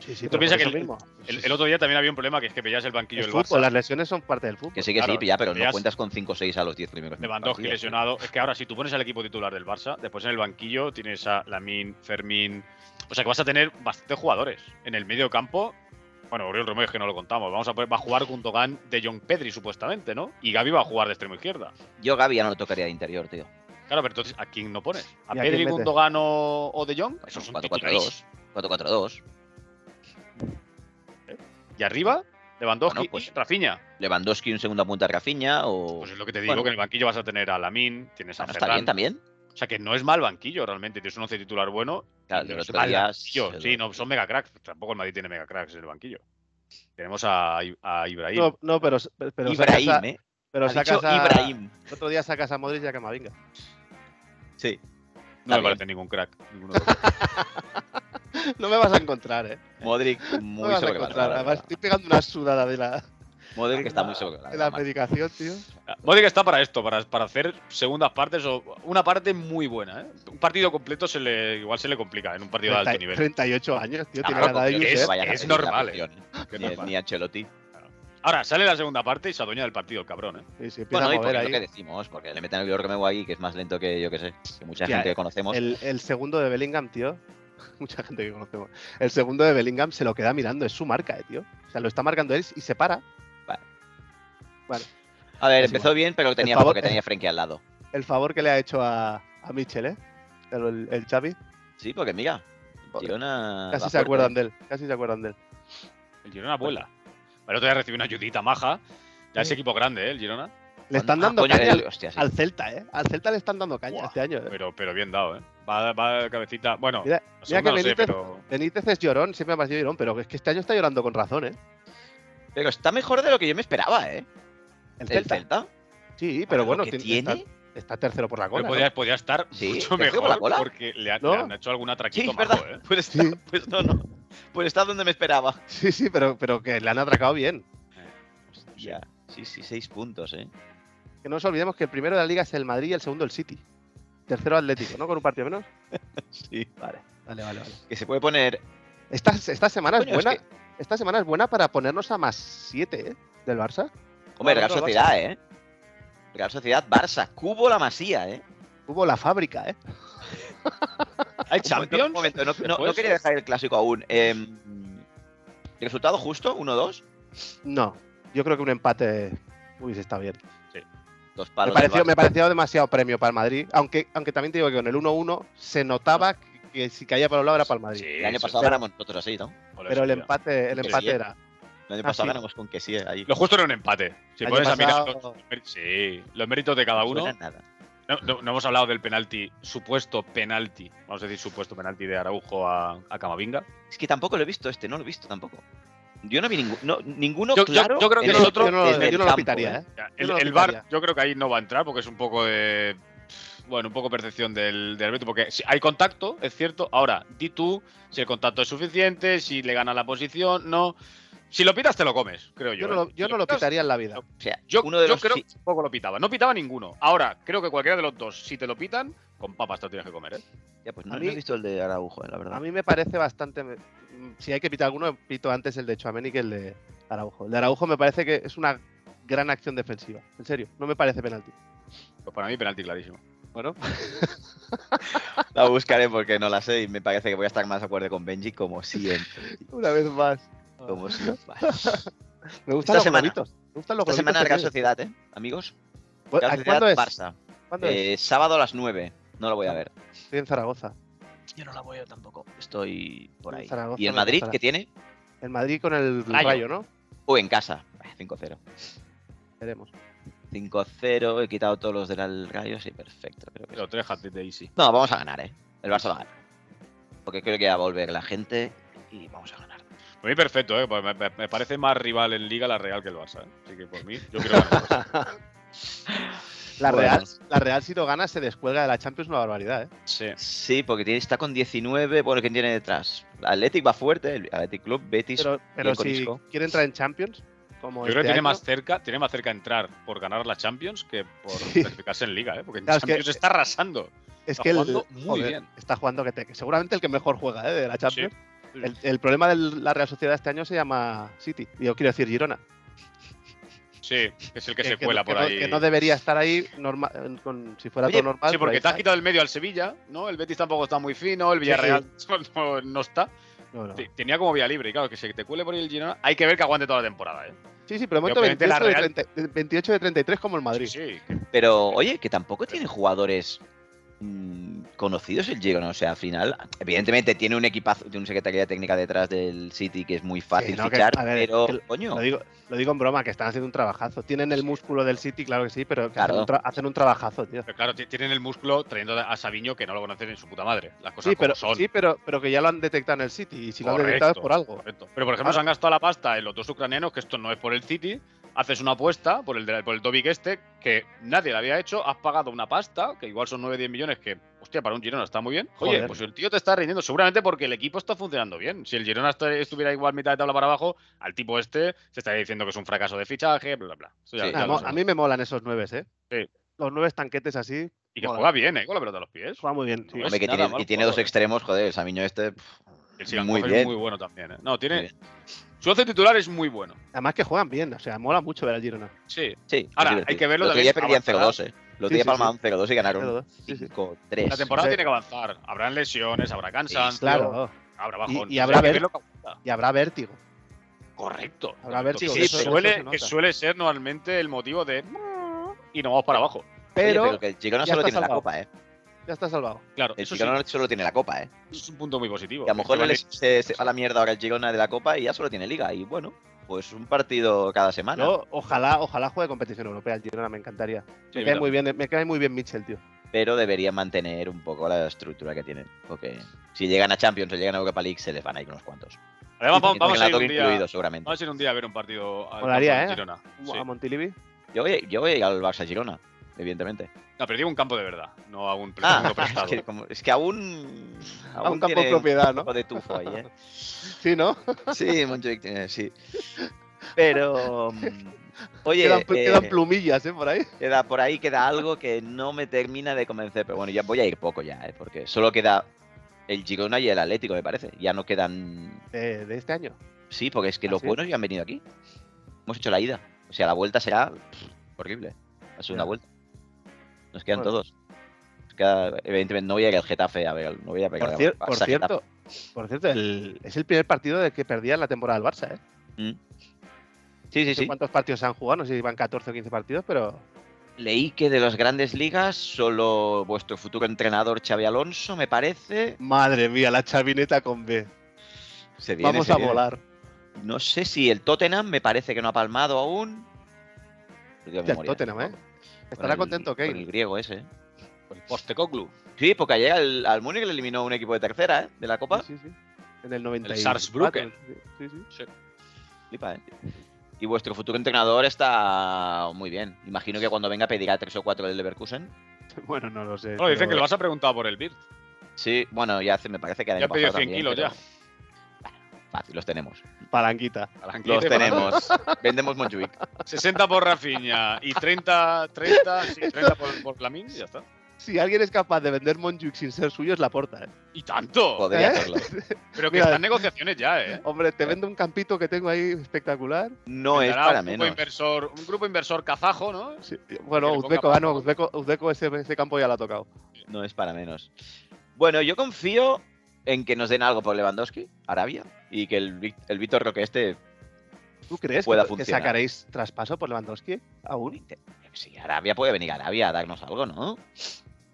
B: sí, sí,
A: ¿Tú
B: pero
A: piensas
B: por
A: que
B: eso
A: el-
B: mismo.
A: El, el otro día también había un problema que es que veías el banquillo
B: Es
A: del
B: fútbol,
A: Barça.
B: las lesiones son parte del fútbol.
C: Que sí, que
A: Claro,
C: sí, ya, pero no
A: ya sé.
C: cuentas con 5 o 6 a los 10 primeros.
A: Lewandowski
C: partidos.
A: lesionado. Es que ahora, si tú pones al equipo titular del Barça, después en el banquillo tienes a Lamín, Fermín. O sea que vas a tener bastantes jugadores. En el medio campo, bueno, Oriol Romeo es que no lo contamos. Vamos a, poner- va a jugar Gundogan de John Pedri, supuestamente, ¿no? Y Gaby va a jugar de extremo izquierda.
C: Yo Gaby ya no lo tocaría de interior, tío.
A: Claro, pero entonces, ¿a quién no pones? ¿A
B: ¿Y a quién
A: Pedri,
B: metes?
A: Gundogan o, o de Jong? Esos son
C: 4-4-2.
A: titulares.
C: 4-4-2.
A: Y arriba, Lewandowski
C: Bueno,
A: pues,
C: pues-
A: y Rafinha.
C: Lewandowski un segundo punta de Rafinha o.
A: Pues es lo que te digo,
C: Bueno.
A: que en el banquillo vas a tener a Lamín, tienes a
C: Bueno, está bien
A: Ferran.
C: también.
A: O sea que no es mal banquillo realmente, tienes un once titular bueno. y
C: Claro,
A: no
C: el
A: es
C: otro
A: mal
C: día
A: banquillo.
C: se
A: Sí,
C: lo-
A: no, son mega cracks. Tampoco el Madrid tiene mega cracks en el banquillo. Tenemos a, I- a Ibrahim.
B: No, no, pero, pero
C: Ibrahim,
B: sacas a,
C: ¿eh?
B: pero
C: Ha
B: sacas
C: dicho
B: a-
C: Ibrahim.
B: el otro día sacas a Modric y a Camavinga.
C: Sí.
A: no me
C: está bien.
A: parece ningún crack. ninguno de los dos.
B: No me vas a encontrar, eh.
C: Modric
B: No
C: muy
B: me vas a encontrar. Además,
C: sobrevalorado.
B: estoy pegando una sudada de la,
C: Modric está muy
B: de la
C: sobrevalorado.
B: medicación, tío.
A: Modric está para esto, para, para hacer segundas partes o una parte muy buena. ¿eh? Un partido completo se le, igual se le complica en un partido de alto nivel.
B: 38 años, tío. Tiene
A: Claro,
B: la edad de
A: tío,
B: Josep.
A: es- es normal, Que no
C: Ni,
A: es mal.
C: ni Ancelotti.
A: Ahora sale la segunda parte y se adueña del partido el cabrón. ¿eh?
B: Sí, sí, empieza
C: Bueno, y
B: a mover
C: porque es lo que
B: ahí.
C: decimos, porque le meten el Romeo ahí, que es más lento que yo que sé, que mucha
B: Hostia,
C: gente que conocemos.
B: El, el segundo de Bellingham, tío. Mucha gente que conocemos. El segundo de Bellingham se lo queda mirando. Es su marca, eh, tío. O sea, lo está marcando él y se para.
C: A ver,
B: es
C: empezó
B: igual.
C: bien, pero tenía
B: favor-
C: porque tenía Frenkie al lado.
B: El favor que le ha hecho a, a Michel, ¿eh? El, el, el Xavi.
C: Sí, porque mira,
B: Joder,
C: Girona.
A: Ah,
B: Casi
C: va
B: se
C: fuerte.
B: acuerdan de él. Casi se acuerdan de él.
A: El Girona vuela. El otro día recibió una ayudita maja. Ya ese equipo grande, ¿eh? el Girona.
B: Le están
C: Ah,
B: dando
C: coño,
B: caña
C: el-
B: al,
C: hostia, sí.
B: al Celta, ¿eh? Al Celta le están dando caña
A: Buah,
B: este año, ¿eh?
A: Pero, pero bien dado, ¿eh? Va, va cabecita. Bueno,
B: Mira-
A: la segunda no
B: que
A: sé,
B: Benítez-
A: pero.
B: Benítez es llorón, siempre me ha parecido llorón, pero es que este año está llorando con razón, ¿eh?
C: Pero está mejor de lo que yo me esperaba, ¿eh?
B: El
C: El
B: Celta.
C: Celta.
B: Sí, pero
C: Para lo
B: bueno,
C: que
B: tien-
C: tiene.
B: están- Está tercero por la
A: Pero
B: cola.
A: podía, podía estar
C: Sí,
A: mucho
C: ¿te ha sido por la
A: mejor
C: cola?
A: porque le, ha-
B: ¿No?
A: le han hecho algún
C: Sí,
A: atraquito
C: es
A: majo,
C: verdad.
A: ¿eh?
C: Pues, está, pues no, no. Pues está donde me esperaba.
B: ¿no? Sí, sí, pero, pero que le han atracado bien.
C: Ya. Sí, sí, seis puntos, ¿eh?
B: Que no nos olvidemos que el primero de la liga es el Madrid y el segundo el City. Tercero Atlético, ¿no? Con un partido menos.
C: Sí. Vale.
B: Vale, vale, vale.
C: Que se puede poner.
B: Esta, esta semana es
C: Coño, es
B: buena. Esta semana es buena para ponernos a más 7 ¿eh? del Barça.
C: Hombre,
D: No,
C: Real
D: no, no,
C: Sociedad, ¿eh? Real Sociedad, Barça. Cubo la masía, ¿eh?
B: Hubo la fábrica, ¿eh?
A: ¿Hay
C: Un momento, un
A: Champions? Pues
C: momento, no- no, no,
A: Después.
C: quería dejar el clásico aún. Eh, ¿Resultado justo? ¿1-2?
B: No, yo creo que un empate hubiese estado bien.
C: Dos
B: Me
C: palos. del
B: pareció,
C: Barça.
B: me pareció demasiado premio para el Madrid, aunque, aunque también te digo que con el 1-1 se notaba que si caía para un lado era para el Madrid.
A: Sí,
C: El año
A: sí,
C: pasado
A: sí.
C: ganamos nosotros así, ¿no?
A: Por eso,
B: pero el
A: tío.
B: empate, el
C: Sí,
B: empate
C: sí.
B: era.
C: El año
B: Ah,
C: pasado
B: sí.
C: ganamos con que sí, ahí.
A: Lo justo era un empate. Si
B: El
A: pones
B: año
A: a mirar
B: pasado-
A: los, méritos- sí, los méritos de cada
C: No
A: uno,
C: suena nada.
A: no, no- no hemos hablado del penalti, supuesto penalti, vamos a decir supuesto penalti de Araujo a, a Camavinga.
C: Es que tampoco lo he visto este, no lo he visto tampoco. Yo no vi ningú- no- ninguno.
A: Yo- yo-
C: claro
A: yo creo que
C: en el-
A: nosotros-
B: yo no, lo-
C: desde
B: yo
C: el
B: no lo
C: campo,
B: pitaría,
C: ¿eh?
B: ¿eh?
A: Ya,
B: Yo
A: El,
B: no lo
A: el VAR
B: quitaría.
A: yo creo que ahí no va a entrar porque es un poco de. Bueno, un poco percepción del, del árbitro, porque si hay contacto, es cierto. Ahora, di tú si el contacto es suficiente, si le gana la posición, no. Si lo pitas, te lo comes, creo yo.
B: Yo no
A: ¿eh?
B: lo, yo
A: Si
B: no lo
A: pitas,
B: pitaría en la vida.
A: no.
C: O sea,
A: Yo,
C: uno de
A: yo
C: los
A: creo
C: fi-
A: que poco lo pitaba. No pitaba ninguno. Ahora, creo que cualquiera de los dos, si te lo pitan, con papas te lo tienes que comer, ¿eh?
C: Ya, pues
B: A
C: no, no
B: mí-
C: he visto el de Araujo, eh, la
B: A
C: verdad.
B: mí me parece bastante. mm, Si hay que pitar alguno, pito antes el de Chouameni que el de Araujo. El de Araujo me parece que es una gran acción defensiva. En serio, no me parece penalti.
A: Pues para mí, penalti clarísimo.
D: Bueno,
C: La buscaré porque no la sé y me parece que voy a estar más de acuerdo con Benji como siempre.
B: Una vez más.
C: Como siempre.
B: Me gustan los
C: semana.
B: globitos. Me gustan los
C: Esta
B: globitos
C: semana Real
B: pequeños.
C: Sociedad, ¿eh? Amigos.
B: Bueno,
C: Real
B: ¿a- ¿Cuándo
C: Sociedad,
B: es?
C: Barça.
B: ¿Cuándo es?
C: Eh, sábado a las 9. No lo voy a ver.
B: Estoy en Zaragoza.
C: Yo no la voy a tampoco. Estoy por
B: En
C: ahí.
B: Zaragoza
C: ¿Y el
B: me
C: Madrid
B: gustará.
C: qué tiene?
B: En Madrid con el
A: Rayo.
B: Rayo, ¿no?
C: O en casa. Ah, 5-0.
B: Veremos.
C: 5-0. He quitado todos los del Rayo. Sí, perfecto. creo que sí.
A: Pero tres hat de Easy.
C: No, vamos a ganar, ¿eh? El Barça va a ganar. Porque creo que va a volver la gente y vamos a ganar.
A: Por mí, perfecto, ¿eh? Pues Me, me- me parece más rival en Liga la Real que el Barça. ¿eh? Así que por mí, yo creo que
B: La
C: Bueno.
B: Real, la Real, si lo gana, se descuelga de la Champions una barbaridad, ¿eh?
A: Sí.
C: Sí, porque tiene- está con 19. Bueno, ¿quién tiene detrás? Athletic va fuerte. El Athletic Club, Betis.
B: Pero, pero
C: con
B: si
C: Isco.
B: quiere entrar en Champions, como
A: Yo creo
B: este
A: que tiene
B: año-
A: más, cerca, tiene más cerca entrar por ganar la Champions que por
B: Sí.
A: clasificarse en Liga, ¿eh? porque en
B: Claro, es que-
A: Champions está arrasando.
B: Es
A: está
B: que el-
A: jugando muy bien.
B: Está jugando que, te- que seguramente el que mejor juega ¿eh? de la Champions.
A: Sí.
B: El, el problema de la Real Sociedad este año se llama City. Yo quiero decir Girona.
A: Sí, es el que, se
B: no-
A: cuela por
B: no-
A: ahí.
B: que no debería estar ahí norma- en- con- si fuera
A: Oye,
B: todo normal.
A: sí,
B: pero
A: porque
B: ahí
A: te has
B: está.
A: quitado del medio al Sevilla, ¿no? El Betis tampoco está muy fino, el Villarreal No, no está.
B: No, no.
A: Te- Tenía como vía libre, y claro, que se te cuele por ahí el Girona. Hay que ver que aguante toda la temporada, ¿eh?
B: Sí, sí, pero de momento
A: obviamente la
B: 28 de,
A: Real-
B: 30 de 28 de 33 como el Madrid.
A: Sí, sí, que-
C: Pero, oye, que tampoco tiene jugadores mm, conocidos el Girona. O sea, al final, evidentemente tiene un equipazo, tiene una secretaría técnica detrás del City que es muy fácil
B: no, que-
C: fichar,
B: a ver,
C: pero,
B: que lo-
C: coño,
B: Lo digo, lo digo en broma, que están haciendo un trabajazo. Tienen el músculo del City, claro que sí, pero que
C: Claro.
B: hacen, un tra- hacen un trabajazo, tío.
A: Pero claro, ti- tienen el músculo trayendo a Sabiño que no lo conocen en su puta madre. Las cosas
B: Sí, pero,
A: como son.
B: sí pero, pero que ya lo han detectado en el City. Y si lo han
A: Correcto,
B: detectado es por algo.
A: correcto. Pero por ejemplo,
B: Ahora-
A: se han gastado la pasta en los dos ucranianos, que esto no es por el City. Haces una apuesta por el, de- por el Dobic este, que nadie la había hecho. Has pagado una pasta, que igual son 9-10 millones, que, hostia, para un Girona está muy bien. Oye,
B: Joder.
A: pues el tío te está rindiendo, seguramente porque el equipo está funcionando bien. Si el Girona est- estuviera igual mitad de tabla para abajo, al tipo este se estaría diciendo que es un fracaso de fichaje, bla, bla, bla. Eso ya-
C: Sí.
A: ya
B: Ah,
A: lo
B: mo- a
A: sabemos.
B: mí me molan esos nueve, ¿eh?
A: Sí.
B: Los nueve tanquetes así,
A: y que
B: mola.
A: juega bien, ¿eh? Con la pelota a los pies.
B: juega muy bien. sí.
A: No
C: hombre,
A: es
C: que
A: nada
C: tiene,
A: mal
C: y tiene dos
A: jugador, ¿eh?
C: extremos, joder, el Samiño este, pf,
A: El Sigan
C: muy
A: Coge
C: bien.
A: es muy bueno también. ¿eh? No,
C: Muy
A: tiene. Su once titular es muy bueno.
B: Además que juegan bien, o sea, mola mucho ver al Girona.
A: Sí.
C: sí.
A: Ahora,
C: es
A: hay
C: divertido.
A: que verlo
C: El otro
A: también
C: día perdían
A: avanzar.
C: 0-2, eh. Los
B: Sí,
C: días
B: sí,
C: palmaban 0-2 y ganaron
B: Pero- sí, sí.
C: 5-3.
A: La temporada
B: Sí.
A: tiene que avanzar. Habrán lesiones, habrá cansancio,
B: Claro.
A: habrá bajón.
B: Y- y habrá
A: Hay que
B: ver-
A: ver lo que aguanta.
B: Y habrá vértigo.
A: Correcto.
B: Habrá
A: correcto.
B: vértigo,
A: Sí,
C: que
A: sí,
C: eso-
B: eso se
A: suele,
B: nota.
A: que suele ser normalmente el motivo de. "Mm", Y no vamos para abajo.
B: Pero,
C: Oye, pero que el Girona
B: ya
C: solo
B: está
C: tiene la
B: salvado.
C: copa, eh.
B: ya está salvado.
A: Claro,
C: El
A: eso,
C: Girona solo tiene la copa, eh.
A: sí, eso es un punto muy positivo.
C: Y
B: Pues
C: a lo mejor
A: Que
C: les- se, se va a la mierda ahora el Girona de la copa y ya solo tiene liga. Y bueno, pues un partido cada semana.
B: Yo, ojalá, ojalá juegue competición europea el Girona, me encantaría.
A: Sí,
B: Me
A: mira,
B: cae muy bien, me cae muy bien Mitchell, tío.
C: pero deberían mantener un poco la estructura que tienen. Porque si llegan a Champions o llegan a Europa League, se les van a ir unos cuantos.
A: Además,
C: Y
A: vamos, vamos a
C: con
A: ir un
C: Lato
A: día,
C: incluido, seguramente.
A: vamos a ir un día a ver un partido al
B: Molaría,
A: campo del
B: ¿eh?
A: Girona. Sí.
B: A Montilivi.
C: Yo voy, yo voy a ir al Barça Girona. evidentemente.
A: No, pero digo un campo de verdad, no a un
C: Ah,
A: campo Pues prestado.
C: es, que, como- es que aún.
B: A un campo de propiedad,
C: un
B: ¿no?
C: poco de tufo ahí, ¿eh?
B: Sí, ¿no?
C: Sí, Montjuic tiene, sí. Pero. mm, Oye,
B: quedan, pl-
C: eh,
B: quedan plumillas, ¿eh? Por ahí.
C: queda- por ahí queda algo que no me termina de convencer. Pero bueno, ya voy a ir poco ya, ¿eh? Porque solo queda el Girona y el Atlético, me parece. Ya no quedan.
B: De, de este año.
C: Sí, porque es que
B: ¿Ah,
C: los
B: sí?
C: buenos ya han venido aquí. Hemos hecho la ida. O sea, la vuelta será pff, horrible. La segunda
B: Ya.
C: vuelta. Nos quedan
B: Bueno.
C: todos. Nos queda- evidentemente, no voy a ir al Getafe a ver. al- No voy a ver
B: Por,
C: al
B: cier-
C: Barça,
B: por
C: Getafe.
B: cierto, por cierto el- es el primer partido de que perdía en la temporada del Barça, ¿eh?
C: Mm. Sí, sí,
B: No sé
C: sí.
B: cuántos partidos se han jugado, no sé si van 14 o 15 partidos, pero
C: Leí que de las grandes ligas solo vuestro futuro entrenador Xavi Alonso, me parece,
B: Madre mía, la chavineta con B.
C: se viene,
B: Vamos
C: se
B: a
C: viene.
B: volar.
C: No sé si el Tottenham me parece que no ha palmado aún. Digo
B: Hostia,
C: de
B: el
C: memoria,
B: Tottenham, ¿eh?
C: tampoco. Con
B: Estará
C: el-
B: contento
C: con
B: Kane.
C: el griego ese. ¿eh?
A: El Postecoglu,
C: Sí, porque ayer al, al Múnich le eliminó un equipo de tercera, ¿eh? De la Copa.
B: Sí, sí, sí. En el 90.
A: Saarbrücken.
B: Sí, sí.
C: Flipa, ¿eh? Y vuestro futuro entrenador está muy bien. Imagino que cuando venga pedirá tres o cuatro del Leverkusen.
B: Bueno, no lo sé.
A: Bueno, dicen
B: pero-
A: que lo vas a preguntar por el Bird.
C: Sí, bueno, ya hace- me parece que el
A: Ya ha
C: año
A: pedido 100
C: pasado también,
A: kilos,
C: pero
A: ya.
C: Fácil, los tenemos.
B: Palanquita.
A: ¿eh?
C: Los tenemos. Vendemos Montjuic.
A: 60 por Rafinha y 30, 30, sí, 30 por, por Lamine y ya está.
B: Si alguien es capaz de vender Monjuic sin ser suyo, es la porta. ¿eh?
A: Y tanto.
C: Podría
B: ¿Eh?
C: hacerlo.
A: Pero que
B: Mira.
A: están negociaciones ya, ¿eh?
B: Hombre, te vendo un campito que tengo ahí espectacular.
C: No es
A: Vendrá
C: para
A: un grupo,
C: menos.
A: inversor, un grupo inversor kazajo, ¿no?
B: Sí,
A: Que
B: Bueno,
A: le ponga
B: Uzbeko, ah,
A: palanca.
B: no, Uzbeko, Uzbeko ese, ese campo ya lo ha tocado.
C: No es para menos. Bueno, yo confío en que nos den algo por Lewandowski, Arabia, y que el, Vic- el Víctor Roque este.
B: ¿Tú crees
C: Pueda
B: que, que
C: funcionar.
B: sacaréis traspaso por Lewandowski aún?
C: Sí, Arabia puede venir a Arabia a darnos algo, ¿no?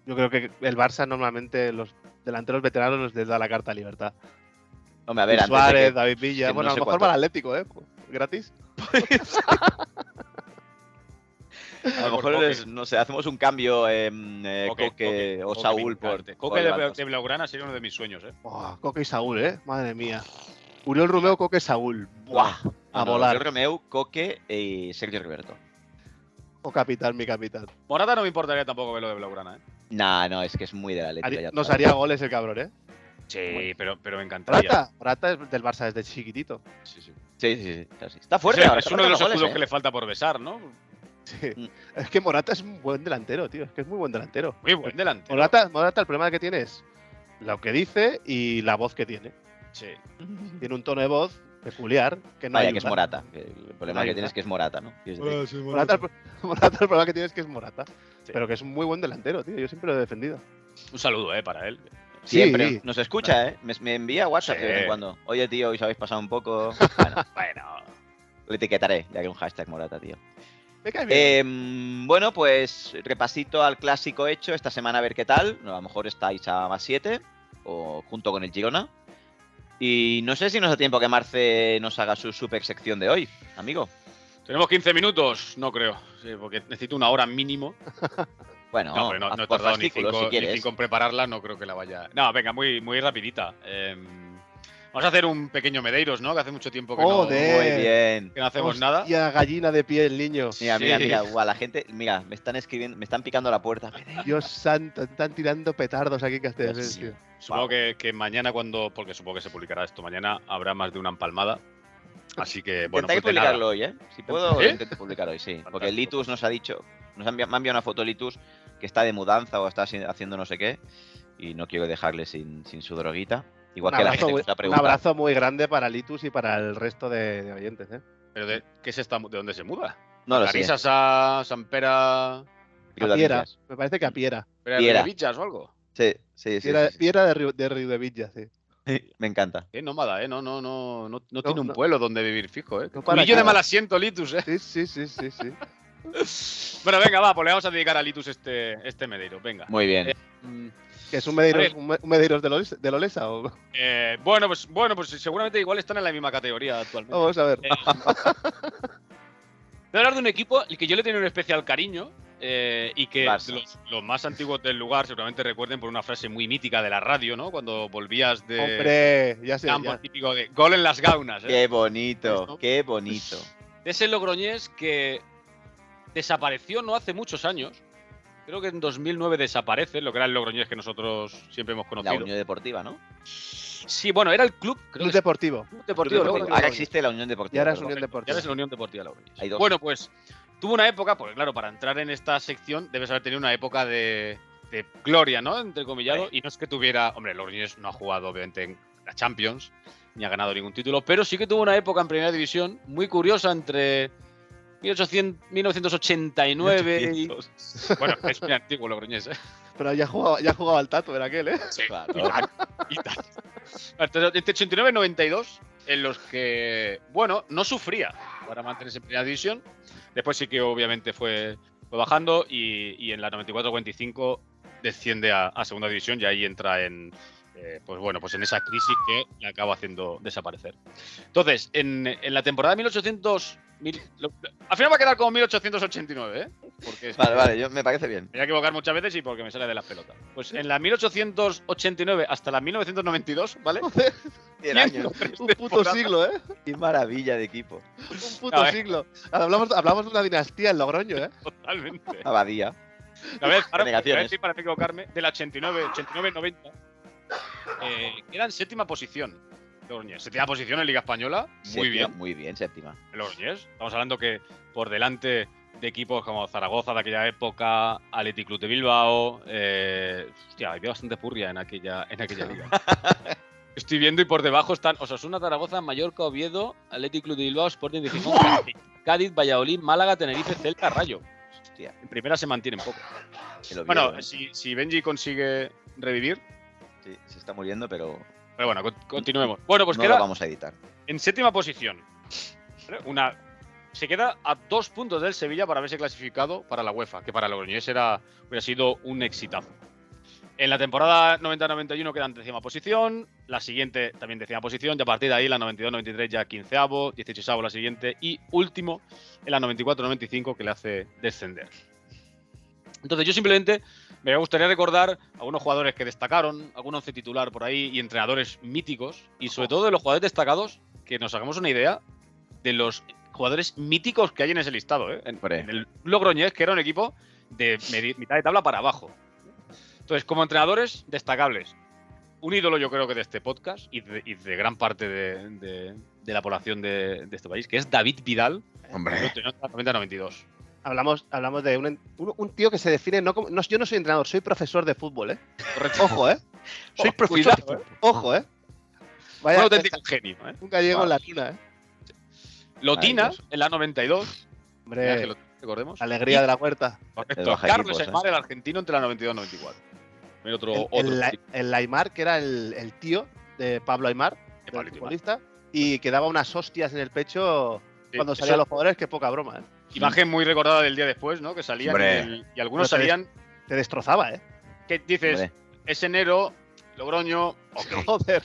B: Yo creo que el Barça normalmente los delanteros veteranos les da la carta de libertad.
C: Hombre, a ver, antes de
B: Suárez,
C: que-
B: David Villa.
C: que
B: bueno,
C: no
B: a
C: sé
B: lo mejor
C: cuánto-
B: para el Atlético, ¿eh? Gratis.
C: a lo mejor,
A: Por Coque.
C: es- no sé, hacemos un cambio em, eh,
A: Coque,
C: Coque o
A: Coque, me
C: Saúl por.
A: encanta.
C: por
A: Coque de,
C: Lewandowski.
A: de Blaugrana sería uno de mis sueños, ¿eh?
B: Oh, Coque y Saúl, ¿eh? Madre mía. Uriel Romeo, Coque y Saúl.
C: Buah.
B: Buah. A
C: No,
B: volar.
C: Oriol Romeu, Coque y Sergio Roberto.
B: O capitán, mi capitán.
A: Morata no me importaría tampoco verlo de Blaugrana, ¿eh?
C: Nah, no, es que es muy de la
B: Haría-
C: letra.
B: nos haría goles el cabrón, ¿eh?
A: Sí, pero, pero me encantaría.
B: Rata, Rata es del Barça desde chiquitito.
A: Sí, sí.
C: Sí, sí, sí. claro, sí. Está fuerte.
A: O sea,
C: ahora,
A: es
C: está
A: uno de los
C: marcando
A: escudos
C: goles,
A: que le
C: ¿eh?
A: falta por besar, ¿no?
B: Sí.
C: Mm.
B: Es que Morata es un buen delantero, tío. Es que es muy buen delantero.
A: Muy buen delante.
B: Morata, Morata, el problema que tiene es lo que dice y la voz que tiene.
A: Sí.
B: Tiene un tono de voz peculiar que no
C: Vaya,
B: ayuda.
C: que es Morata. que El problema que
B: ayuda.
C: tienes es que es Morata, ¿no? Quiero
A: Eh,
C: decir,
B: Morata, el, pro- Morata, el problema que tiene es que es Morata.
A: Sí.
B: Pero que es un muy buen delantero, tío. Yo siempre lo he defendido.
A: Un saludo, ¿eh? Para él.
C: Siempre
B: Sí.
C: nos escucha, ¿eh? Me, me envía WhatsApp de vez
A: Sí.
C: en cuando. Oye, tío, hoy os habéis pasado un poco. Bueno,
A: Bueno.
C: le etiquetaré, ya que un hashtag Morata, tío.
B: Me cae bien.
C: Em, bueno, pues repasito al clásico hecho esta semana a ver qué tal. A lo mejor estáis a más 7 o junto con el Girona. Y no sé si nos da tiempo que Marce nos haga su super sección de hoy, amigo.
A: ¿Tenemos 15 minutos? No creo. Sí, porque necesito una hora mínimo.
C: Bueno,
A: No, hombre, no,
C: haz
A: no he
C: por
A: tardado ni
C: fascículos,
A: cinco,
C: si
A: ni
C: quieres.
A: cinco en prepararla, no creo que la vaya. No, venga, muy, muy rapidita. Eh, vamos a hacer un pequeño Medeiros, ¿no? Que hace mucho tiempo que, no,
B: Joder.
A: que
C: Muy bien.
A: no hacemos nada.
B: Y a gallina de piel, niño.
C: Mira, mira,
A: Sí.
C: mira, guau, la gente, mira, me están escribiendo, me están picando la puerta.
B: Dios santo, están tirando petardos aquí en Castelldefels,
C: Sí.
B: tío.
A: Supongo
C: Wow.
A: que, que mañana cuando, porque supongo que se publicará esto mañana, habrá más de una empalmada. Así que, bueno,
C: Intentaré
A: pues de
C: publicarlo
A: nada.
C: hoy, ¿eh? Si puedo,
A: ¿Sí?
C: lo intento publicar hoy, sí. Porque
A: Fantástico.
C: Litus nos ha dicho, nos ha envi- me ha enviado una foto Litus que está de mudanza o está haci- haciendo no sé qué. Y no quiero dejarle sin, sin su droguita. Igual
B: Un
C: Pues que la
B: abrazo
C: gente que
B: muy-
C: nos ha
B: un
C: preguntado.
B: abrazo muy grande para Litus y para el resto de, de oyentes, ¿eh.
A: Pero de, ¿qué se está, ¿de dónde se muda?
C: No lo sé.
A: ¿Carisas a Sampera,
C: Riu
B: A
C: de
B: Piera,
C: Villas.
B: me parece que a Piera.
A: Pera
C: Piera.
A: de Villas o algo?
C: Sí, sí, sí.
B: Piera,
C: sí, sí.
B: Piera de, Río, de Río de Villa, sí.
C: Me encanta.
A: Qué nómada, ¿eh? No, no, no, no, no tiene un
B: no.
A: pueblo donde vivir fijo, ¿eh?
B: No para
A: Un de
B: nada.
A: mal asiento, Litus, ¿eh?
B: Sí, sí, sí, sí, sí.
A: Bueno, venga, va, pues le vamos a dedicar a Litus este, este Medeiros, venga.
C: Muy bien.
A: Eh, Mm,
B: ¿Que es un
A: A
B: Medeiros,
A: ver.
B: un me- un Medeiros de, Loles- de Lolesa? o-
A: eh, bueno, pues, bueno, pues seguramente igual están en la misma categoría actualmente.
B: Vamos a ver.
A: Eh, Voy a hablar de un equipo al que yo le tenía un especial cariño eh, y que
C: Barça.
A: los, los más antiguos del lugar seguramente recuerden por una frase muy mítica de la radio, ¿no? Cuando volvías
C: Eh,
A: de
B: Hombre, ya sé.
A: campo
B: ya.
A: típico de gol en las gaunas. ¿eh?
C: Qué bonito,
A: ¿Esto?
C: qué bonito.
A: de ese Logroñés que desapareció no hace muchos años Creo que en 2009 desaparece lo que era el Logroñés que nosotros siempre hemos
C: La
A: conocido.
C: Unión Deportiva, ¿no?
A: Sí, bueno, era el club, creo
B: Club
A: que es
B: Deportivo.
A: Club Deportivo.
B: Club
A: Logroñés.
B: Deportivo.
C: Ahora existe la Unión Deportiva.
B: Y ahora es
C: perdón.
B: Unión
A: Ya
B: Deportiva.
A: ves la Unión Deportiva Logroñés.
C: Hay dos.
A: Bueno, pues tuvo una época, porque claro, para entrar en esta sección debes haber tenido una época de, de gloria, ¿no? Entre comillado. Y no es que tuviera. Hombre, Logroñés no ha jugado, obviamente, en la Champions, ni ha ganado ningún título, pero sí que tuvo una época en Primera División muy curiosa entre. 1800, 1989 y. Bueno, es muy antiguo Logroñés, ¿eh?
B: Pero ya jugaba, ya jugaba al tato, era aquel, ¿eh?
A: Sí,
C: Claro.
A: y tal, y tal. Entonces, entre 89 y 92, en los que, bueno, no sufría para mantenerse en primera división. Después sí que obviamente fue, fue bajando y, y en la 94-95 desciende a, a segunda división y ahí entra en, eh, pues bueno, pues en esa crisis que le acaba haciendo desaparecer. Entonces, en, en la temporada 1800... mil- lo- al final va a quedar como 1889, ¿eh? Porque es-
C: Vale, vale, yo, me parece bien.
A: me voy a equivocar muchas veces y porque me sale de las pelotas. Pues en la 1889 hasta la 1992, ¿vale? Este
C: 100 años.
B: Un puto siglo, ¿eh?
C: Qué maravilla de equipo.
B: Un puto
A: A
C: eh.
A: ver.
B: siglo. Hablamos, hablamos de una dinastía en Logroño, ¿eh?
A: Totalmente.
C: Abadía.
A: A ver, ahora voy a
C: Negaciones.
A: decir para no equivocarme, de la 89, 89, 90, eh, queda en séptima posición. Logroñés. Séptima posición en Liga Española. Muy
C: Séptima,
A: bien.
C: Muy bien, séptima.
A: Logroñés. Estamos hablando que por delante de equipos como Zaragoza de aquella época, Athletic Club de Bilbao. Eh, hostia, había bastante purria en aquella, en aquella liga. Estoy viendo y por debajo están Osasuna, Zaragoza, Mallorca, Oviedo, Athletic Club de Bilbao, Sporting de Gijón, Cádiz, Cádiz, Valladolid, Málaga, Tenerife, Celta, Rayo.
C: Hostia,
A: En primera se mantienen poco.
C: el Oviedo,
A: Bueno,
C: ¿eh?
A: si, si Benji consigue revivir,
C: Sí, se está muriendo, pero
A: pero bueno, con- continuemos. Bueno, pues
C: no
A: queda
C: lo vamos a editar.
A: en séptima posición. ¿Vale? Una, se queda a dos puntos del Sevilla para haberse clasificado para la UEFA, que para Logroñés era, hubiera sido un exitazo. En la temporada 90-91 quedan décima posición, la siguiente también décima posición, y a partir de ahí la 92-93 ya quinceavo, 16 la siguiente y último en la 94-95 que le hace descender. Entonces yo simplemente me gustaría recordar algunos jugadores que destacaron, algún once titular por ahí y entrenadores míticos, y sobre todo de los jugadores destacados, que nos hagamos una idea de los jugadores míticos que hay en ese listado. ¿eh? En,
C: Hombre.
A: en el Logroñés, que era un equipo de medi- mitad de tabla para abajo. Entonces, como entrenadores destacables, un ídolo yo creo que de este podcast y de, y de gran parte de, de- de la población de, de este país, que es David Vidal,
C: Hombre.
A: 90-92.
B: Hablamos, hablamos de un, en- un- un tío que se define no como. no, yo no soy entrenador, soy profesor de fútbol, ¿eh? Ojo, ¿eh?
A: Soy
B: Cuidado,
A: profesor,
B: ¿eh? Ojo, ¿eh? Vaya,
A: un auténtico genio. ¿eh?
B: un gallego en la luna, ¿eh?
A: Lotina,
C: Maravilloso.
A: en la 92. mira que
B: Hombre,
A: lo- recordemos.
B: la alegría de la huerta.
A: Correcto.
C: El baja
A: Carlos
C: equipos,
A: Aymar, el argentino, entre la 92 y 94. También otro,
B: ¿eh? El,
A: otro
B: el, La-
A: tipo
B: el Aymar, que era el, el tío de Pablo Aymar,
A: de
B: del
A: Pablito Aymar.
B: futbolista, y que daba unas hostias en el pecho
A: Sí,
B: cuando
A: eso-
B: salían los jugadores, que poca broma, ¿eh?
A: Imagen muy recordada del día después, ¿no? Que salían y,
C: Hombre.
A: el- y algunos
B: No te des-
A: salían
B: Te destrozaba, ¿eh?
A: que dices,
C: hombre.
A: es enero, Logroño, ok.
B: Joder.